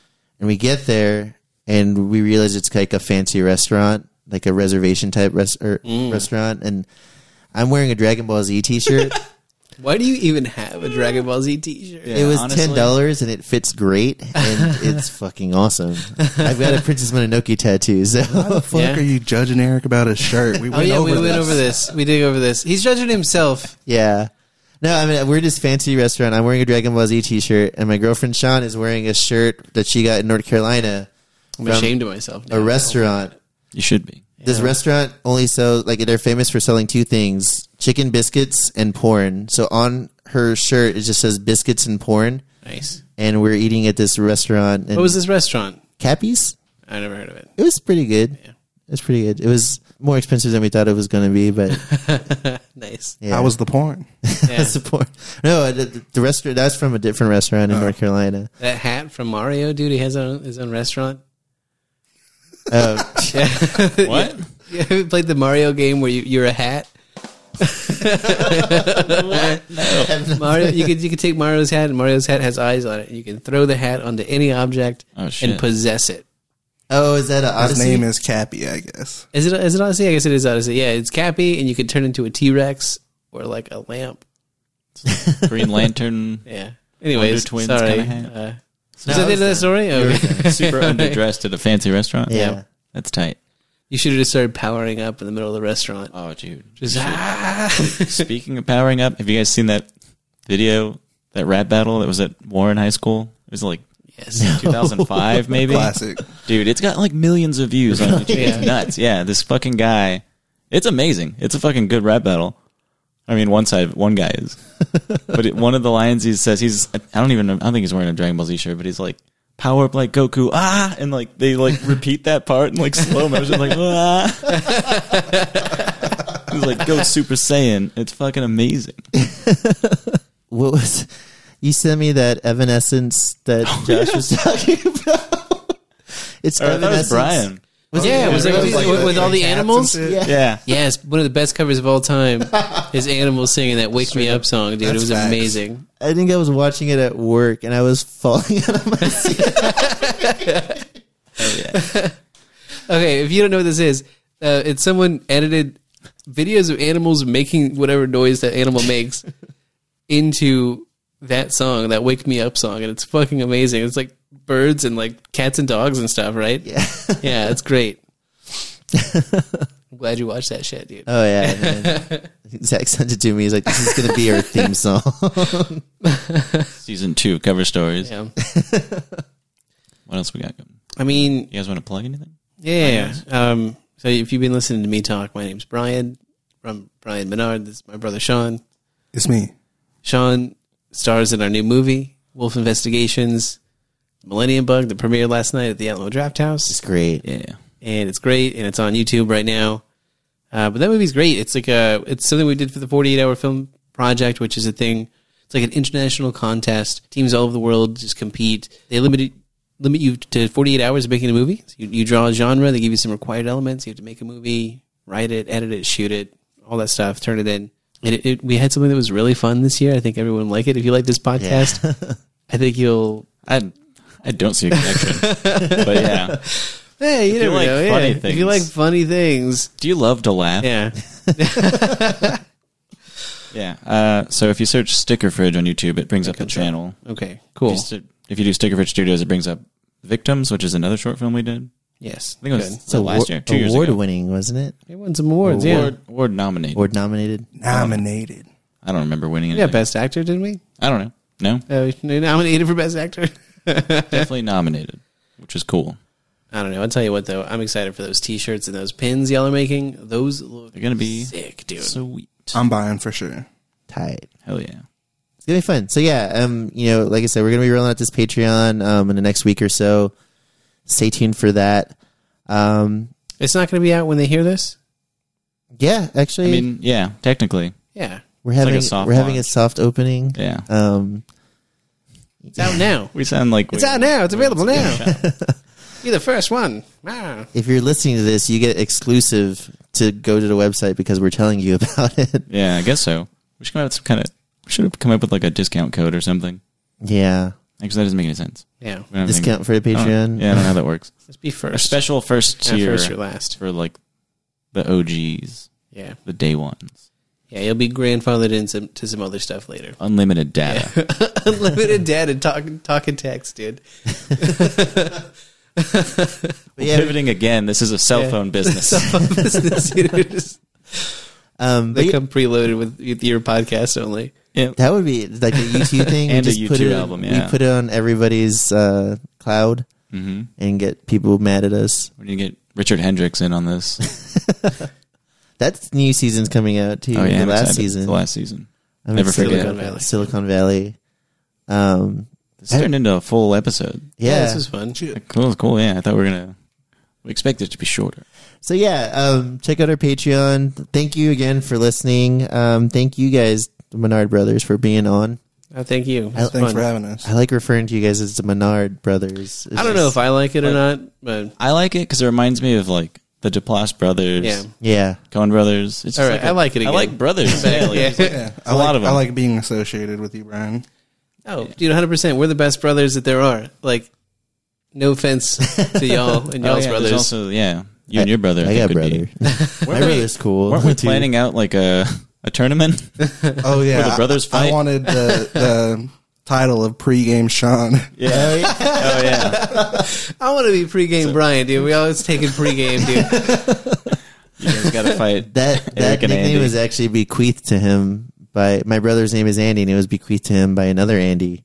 Speaker 1: and we get there, and we realize it's like a fancy restaurant, like a reservation type res- er, restaurant, and I'm wearing a Dragon Ball Z T-shirt.
Speaker 3: Why do you even have a Dragon Ball Z T-shirt?
Speaker 2: Yeah,
Speaker 1: it was
Speaker 2: honestly.
Speaker 1: ten dollars, and it fits great, and it's fucking awesome. I've got a Princess Mononoke tattoo, so.
Speaker 4: Why the fuck
Speaker 3: Yeah.
Speaker 4: are you judging Eric about his shirt? We
Speaker 3: Oh
Speaker 4: went
Speaker 3: yeah,
Speaker 4: over
Speaker 3: we
Speaker 4: this.
Speaker 3: went over this. We did go over this. He's judging himself.
Speaker 1: Yeah. No, I mean we're this fancy restaurant. I'm wearing a Dragon Ball Z T-shirt, and my girlfriend Sean is wearing a shirt that she got in North Carolina,
Speaker 3: I'm
Speaker 1: From
Speaker 3: ashamed of myself.
Speaker 1: a
Speaker 3: now.
Speaker 1: restaurant.
Speaker 2: You should be.
Speaker 1: This restaurant only sells like they're famous for selling two things: chicken biscuits and porn. So on her shirt, it just says biscuits and porn,
Speaker 3: Nice.
Speaker 1: and we're eating at this restaurant. And
Speaker 3: What was this restaurant?
Speaker 1: Cappies?
Speaker 3: I never heard of it.
Speaker 1: It was pretty good.
Speaker 3: Yeah.
Speaker 1: It was pretty good. It was more expensive than we thought it was going to be, but
Speaker 3: face.
Speaker 1: Yeah.
Speaker 4: How was the porn?
Speaker 3: Yeah.
Speaker 1: support. No, the, the- the restaurant that's from a different restaurant
Speaker 3: Oh.
Speaker 1: in North Carolina.
Speaker 3: that hat from Mario, dude. He has his own, his own restaurant.
Speaker 1: Oh,
Speaker 2: What?
Speaker 3: You ever played the Mario game where you, you're a hat? Mario, you could you could take Mario's hat, and Mario's hat has eyes on it. You can throw the hat onto any object
Speaker 2: Oh, shit.
Speaker 3: and possess it.
Speaker 1: oh, is that an
Speaker 4: His
Speaker 1: Odyssey?
Speaker 4: name is Cappy, I guess.
Speaker 3: Is it is it Odyssey? I guess it is Odyssey. Yeah, it's Cappy, and you can turn into a T Rex or like a lamp.
Speaker 2: Green Lantern.
Speaker 3: Yeah. Anyways,
Speaker 2: Twins
Speaker 3: sorry.
Speaker 2: kinda hat.
Speaker 3: Uh,
Speaker 1: No,
Speaker 3: is that the end of
Speaker 1: it's
Speaker 3: the story? Okay.
Speaker 2: Super underdressed at a fancy restaurant.
Speaker 1: yeah.
Speaker 3: Yeah.
Speaker 2: That's tight.
Speaker 3: You should have just started powering up in the middle of the restaurant.
Speaker 2: Oh, dude.
Speaker 3: Just ah!
Speaker 2: Speaking of powering up, have you guys seen that video, that rap battle that was at Warren High School? It was like
Speaker 3: yes.
Speaker 2: 2005, maybe?
Speaker 4: Classic.
Speaker 2: Dude, it's got like millions of views on YouTube. It's
Speaker 3: Yeah.
Speaker 2: nuts. Yeah, this fucking guy. It's amazing. It's a fucking good rap battle. I mean, one side, one guy is. but it, one of the lines he says, he's, I don't even, I don't think he's wearing a Dragon Ball Z shirt, but he's like, power up like Goku, ah! And like, they like repeat that part in like slow motion, like, ah! he's like, go Super Saiyan. It's fucking amazing.
Speaker 1: What was? You sent me that Evanescence that Josh was talking about. It's
Speaker 2: Oh, Or I thought it
Speaker 1: Evanescence.
Speaker 2: was Brian.
Speaker 3: yeah, it was
Speaker 4: Yeah,
Speaker 3: like,
Speaker 4: it was like
Speaker 3: with,
Speaker 4: the
Speaker 3: with all the
Speaker 4: cats and
Speaker 3: animals.
Speaker 4: shit.
Speaker 1: Yeah.
Speaker 2: Yeah.
Speaker 3: Yes, one of the best covers of all time is animals singing that "Wake Me Up" song, dude. It
Speaker 4: That's
Speaker 3: was
Speaker 4: facts.
Speaker 3: amazing.
Speaker 1: I think I was watching it at work and I was falling out of my seat.
Speaker 3: Okay, if you don't know what this is, uh, it's someone edited videos of animals making whatever noise that animal makes into that song, that "Wake Me Up" song, and it's fucking amazing. It's like birds and like cats and dogs and stuff, right? Yeah, yeah, it's great. I'm glad you watched that shit,
Speaker 4: Uh,
Speaker 3: dude.
Speaker 1: Oh yeah. man. Zach sent it to me. He's like, "This is gonna be our theme song."
Speaker 2: Season two, cover stories.
Speaker 3: Yeah.
Speaker 2: What else we got? You
Speaker 3: I mean,
Speaker 2: guys want to plug anything?
Speaker 3: Yeah. Um, so if you've been listening to me talk, my name's Brian. I'm Brian Menard. This is my brother Sean.
Speaker 4: It's me.
Speaker 3: Sean stars in our new movie, Wolf Investigations, Millennium Bug, that premiered last night at the Outlaw
Speaker 1: it's
Speaker 3: Draft House.
Speaker 1: great.
Speaker 2: Yeah.
Speaker 3: And it's great, and it's on YouTube right now. Uh, but that movie's great. It's like a, it's something we did for the 48 hour film project, which is a thing. It's like an international contest. Teams all over the world just compete. They limit it- limit you to 48 hours of making a movie. So you, you draw a genre. They give you some required elements. You have to make a movie, write it, edit it, shoot it, all that stuff, turn it in. And it, it, we had something that was really fun this year. I think everyone would like it. If you like this podcast, I think you'll.
Speaker 2: I I don't see a connection. but yeah.
Speaker 3: Hey, you
Speaker 2: you
Speaker 3: never
Speaker 2: like
Speaker 3: know.
Speaker 2: funny
Speaker 3: yeah. If
Speaker 2: things.
Speaker 3: you like funny things,
Speaker 2: Do you love to laugh?
Speaker 3: yeah.
Speaker 2: Yeah. Uh, so if you search Sticker Fridge on YouTube, it brings up the channel.
Speaker 3: Okay, cool.
Speaker 2: If, you, s- if you do Sticker Fridge Studios, it brings up Victims, which is another short film we did.
Speaker 3: Yes,
Speaker 2: I think it was
Speaker 3: good.
Speaker 2: so last year, two years
Speaker 1: award
Speaker 2: ago.
Speaker 1: winning, wasn't it?
Speaker 3: They won some awards. Yeah,
Speaker 2: Award, award nominated.
Speaker 1: Award nominated.
Speaker 4: Nominated.
Speaker 2: I don't remember winning
Speaker 3: yeah.
Speaker 2: anything.
Speaker 3: Best actor, didn't we?
Speaker 2: I don't know. No,
Speaker 3: Uh, we nominated for best actor.
Speaker 2: definitely nominated, which is cool.
Speaker 3: I don't know. I'll tell you what though. I'm excited for those T-shirts and those pins y'all are making. Those look
Speaker 2: They're gonna be
Speaker 3: sick, dude.
Speaker 2: sweet.
Speaker 3: Uh,
Speaker 4: I'm buying for sure.
Speaker 1: Tight.
Speaker 2: Hell yeah.
Speaker 1: It's gonna be fun. So yeah, um, you know, like I said, we're gonna be rolling out this Patreon um in the next week or so. Stay tuned for that. Um,
Speaker 3: It's not going to be out when they hear this.
Speaker 1: yeah, actually,
Speaker 2: I mean, yeah, technically,
Speaker 3: Yeah,
Speaker 1: we're
Speaker 2: it's like a
Speaker 1: having
Speaker 2: soft
Speaker 1: we're having a
Speaker 2: launch.
Speaker 1: soft opening.
Speaker 2: yeah.
Speaker 1: Um,
Speaker 3: it's out now.
Speaker 2: We sound like
Speaker 3: It's
Speaker 2: we-
Speaker 3: out now. It's available now. You're the first one. Ah.
Speaker 1: if you're listening to this, you get exclusive to go to the website because we're telling you about it.
Speaker 2: Yeah, I guess so. We should come up with some kind of. We should have come up with like a discount code or something.
Speaker 1: yeah,
Speaker 2: Because that doesn't make any sense.
Speaker 3: Yeah,
Speaker 2: We don't have anything-
Speaker 1: discount for the
Speaker 2: I don't-
Speaker 1: Patreon.
Speaker 2: Yeah, I don't know how that works.
Speaker 3: let's be
Speaker 2: A
Speaker 3: first.
Speaker 2: special first
Speaker 3: Not
Speaker 2: tier
Speaker 3: first or last.
Speaker 2: for like the OGs,
Speaker 3: Yeah,
Speaker 2: the day ones,
Speaker 3: yeah. You'll be grandfathered in some, to some other stuff later.
Speaker 2: unlimited data.
Speaker 3: Unlimited data, talking, talking text, dude.
Speaker 1: But yeah,
Speaker 2: Pivoting again, this is a cell
Speaker 3: Yeah.
Speaker 2: phone business.
Speaker 3: Some of this- this, you know, just-
Speaker 1: um, but
Speaker 3: they
Speaker 1: yeah,
Speaker 3: come preloaded with, with your podcast only.
Speaker 2: yeah.
Speaker 1: that would be like a YouTube thing. We
Speaker 2: And a
Speaker 1: put
Speaker 2: U2
Speaker 1: it,
Speaker 2: album, yeah.
Speaker 1: We put it on everybody's uh, cloud
Speaker 2: Mm-hmm.
Speaker 1: and get people mad at us.
Speaker 2: We're gonna get Richard Hendricks in on this. Oh,
Speaker 1: That's new season's coming out too.
Speaker 2: Oh yeah,
Speaker 1: the
Speaker 2: I'm
Speaker 1: last
Speaker 2: excited.
Speaker 1: season.
Speaker 2: The last season.
Speaker 1: I'm
Speaker 2: Never
Speaker 1: excited
Speaker 2: forget.
Speaker 1: about that. Silicon
Speaker 3: Silicon
Speaker 1: Valley. Um,
Speaker 2: This turned into a full episode.
Speaker 1: yeah.
Speaker 3: this is fun.
Speaker 4: Shit.
Speaker 2: Cool, cool. Yeah, I thought we were gonna. We expect it to be shorter.
Speaker 1: So yeah, um, check out our Patreon. Thank you again for listening. Um, thank you guys, the Menard brothers, for being on.
Speaker 3: Oh, thank you. It's
Speaker 4: Thanks
Speaker 3: fun.
Speaker 4: for having us.
Speaker 1: I like referring to you guys as the Menard brothers.
Speaker 3: I don't know if I like it or not, but
Speaker 2: I like it because it reminds me of like the Duplass brothers,
Speaker 3: yeah.
Speaker 1: yeah,
Speaker 2: Cohen brothers. It's just
Speaker 3: All right,
Speaker 2: a-
Speaker 3: I like it
Speaker 2: I
Speaker 3: again.
Speaker 2: like brothers. yeah, like,
Speaker 3: Yeah.
Speaker 2: it's like-
Speaker 4: Yeah, I
Speaker 2: a
Speaker 4: like,
Speaker 2: lot of
Speaker 4: I
Speaker 2: them.
Speaker 4: like being associated with you, Brian.
Speaker 3: Oh, dude, 100%. We're the best brothers that there are. Like, no offense to
Speaker 2: Oh,
Speaker 3: y'all and y'all's
Speaker 2: yeah, there's
Speaker 3: brothers.
Speaker 2: Also, yeah, you and your brother.
Speaker 1: I,
Speaker 2: think,
Speaker 1: got a
Speaker 2: would be-
Speaker 1: brother. My brother's cool.
Speaker 2: Weren't we
Speaker 1: too.
Speaker 2: planning out like a a tournament?
Speaker 4: Oh yeah,
Speaker 2: the brothers
Speaker 4: I- I,
Speaker 2: fight?
Speaker 4: wanted the, the title of pregame Sean.
Speaker 2: Yeah. oh yeah.
Speaker 3: I want to be pregame Brian, dude. We always taking pregame, dude.
Speaker 2: You guys got to fight.
Speaker 1: That that
Speaker 2: Eric and
Speaker 1: nickname
Speaker 2: Andy.
Speaker 1: was actually bequeathed to him by my brother's name is Andy, and it was bequeathed to him by another Andy,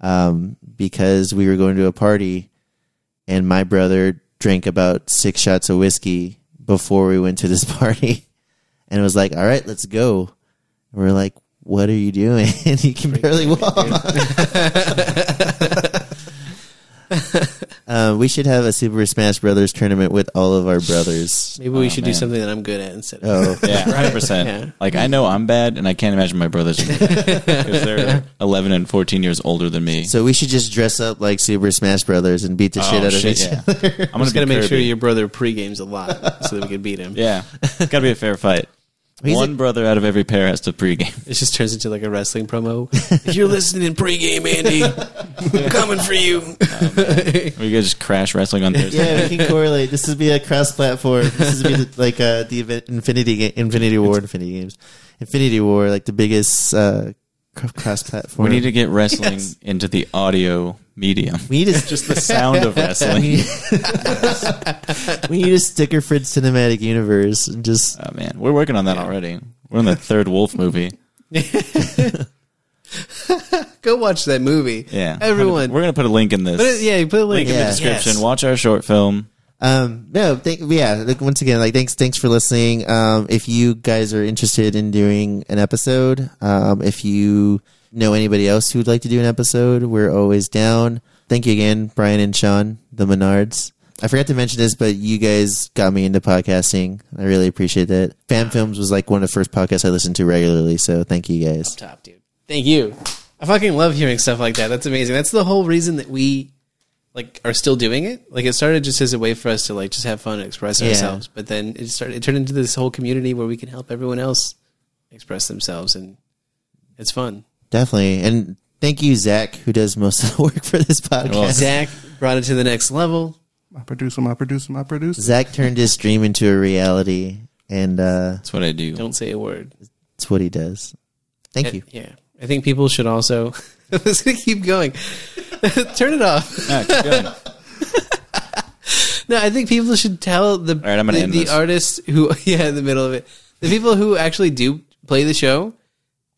Speaker 1: um, because we were going to a party, and my brother drank about six shots of whiskey before we went to this party, and it was like, "All right, let's go." And we're like, "What are you doing?" And he can barely walk. Uh, we should have a Super Smash Brothers tournament with all of our brothers.
Speaker 3: Maybe we
Speaker 2: Oh,
Speaker 3: should
Speaker 2: man.
Speaker 3: do something that I'm good at instead. Of,
Speaker 1: Oh,
Speaker 2: Yeah, hundred
Speaker 3: Yeah.
Speaker 2: percent. Like I know I'm bad, and I can't imagine my brothers because they're 11 and 14 years older than me.
Speaker 1: So we should just dress up like Super Smash Brothers and beat the
Speaker 2: Oh,
Speaker 1: shit out
Speaker 2: shit,
Speaker 1: of each
Speaker 2: yeah.
Speaker 1: other.
Speaker 2: I'm gonna
Speaker 3: just gotta
Speaker 2: be
Speaker 3: make sure
Speaker 2: Kirby.
Speaker 3: your brother pregames a lot so that we can beat him.
Speaker 2: Yeah, it's got to be a fair fight.
Speaker 1: He's
Speaker 2: One brother out of every pair has to pregame.
Speaker 3: It just turns into like a wrestling promo. if you're listening pregame, Andy, I'm coming for you.
Speaker 2: We guys just crash wrestling on Thursday.
Speaker 1: Yeah, we can correlate. This would be a cross-platform. This would be the, like uh, the event- Infinity Ga- Infinity War, Infinity Games, Infinity War, like the biggest uh, cr- cross-platform.
Speaker 2: We need to get wrestling into the audio medium.
Speaker 1: We need to
Speaker 2: Just the sound of
Speaker 1: we
Speaker 2: wrestling.
Speaker 1: need, we need a sticker for the cinematic universe. And just
Speaker 2: Oh man, we're working on that already. We're on the third Wolf movie.
Speaker 3: Go watch that movie.
Speaker 2: Yeah,
Speaker 3: Everyone.
Speaker 2: We're gonna put a link in this
Speaker 3: Put it- yeah, you put a link,
Speaker 2: link in the
Speaker 1: Yeah.
Speaker 2: description. Watch our short film.
Speaker 1: Um, no, thank, yeah, like, once again, like, thanks, thanks for listening. Um, if you guys are interested in doing an episode, um, if you know anybody else who'd like to do an episode, we're always down. Thank you again, Brian and Sean, the Menards. I forgot to mention this, but you guys got me into podcasting. I really appreciate that. Fan Films was like one of the first podcasts I listened to regularly, so thank you guys.
Speaker 3: Top, dude. Thank you. I fucking love hearing stuff like that. That's amazing. That's the whole reason that we like are still doing it. Like it started just as a way for us to like just have fun and express
Speaker 1: Yeah.
Speaker 3: ourselves. But then it started it turned into this whole community where we can help everyone else express themselves and it's fun.
Speaker 1: Definitely. And thank you, Zach, who does most of the work for this
Speaker 2: welcome.
Speaker 1: podcast.
Speaker 3: Zach brought it to the next level.
Speaker 4: My producer, my producer, my producer.
Speaker 1: Zach turned his dream into a reality, and, uh,
Speaker 2: That's what I do.
Speaker 3: Don't say a word.
Speaker 1: It's what he does. Thank you.
Speaker 3: Yeah. I think people should also I'm just gonna keep going. Turn it off.
Speaker 2: No, keep going.
Speaker 3: No, I think people should tell the
Speaker 2: right, I'm gonna
Speaker 3: the,
Speaker 2: end
Speaker 3: the
Speaker 2: this.
Speaker 3: artists who yeah in the middle of it the people who actually do play the show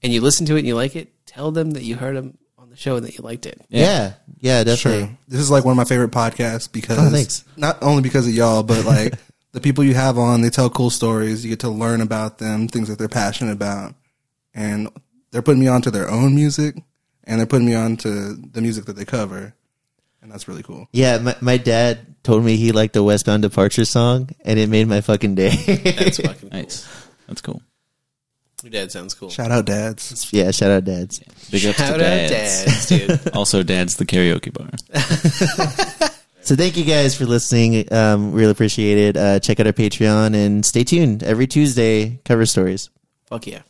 Speaker 3: and you listen to it and you like it tell them that you heard them on the show and that you liked it.
Speaker 1: Yeah. Yeah, definitely.
Speaker 4: True. This is like one of my favorite podcasts because
Speaker 1: Oh, thanks.
Speaker 4: not only because of y'all, but like the people you have on, they tell cool stories. You get to learn about them, things that they're passionate about, and they're putting me onto their own music, and they're putting me onto the music that they cover, and that's really cool.
Speaker 1: Yeah, my, my dad told me he liked the Westbound Departure song, and it made my fucking day.
Speaker 3: That's fucking cool.
Speaker 2: Nice. That's cool.
Speaker 3: Your dad sounds cool.
Speaker 4: Shout out, dads.
Speaker 1: yeah, shout out dads.
Speaker 2: Big ups
Speaker 3: Shout
Speaker 2: to
Speaker 3: out
Speaker 2: dads.
Speaker 3: dads, dude.
Speaker 2: Also, dad's the karaoke bar.
Speaker 1: So thank you guys for listening. Um, really appreciate it. Uh, check out our Patreon and stay tuned every Tuesday. Cover stories.
Speaker 3: Fuck yeah.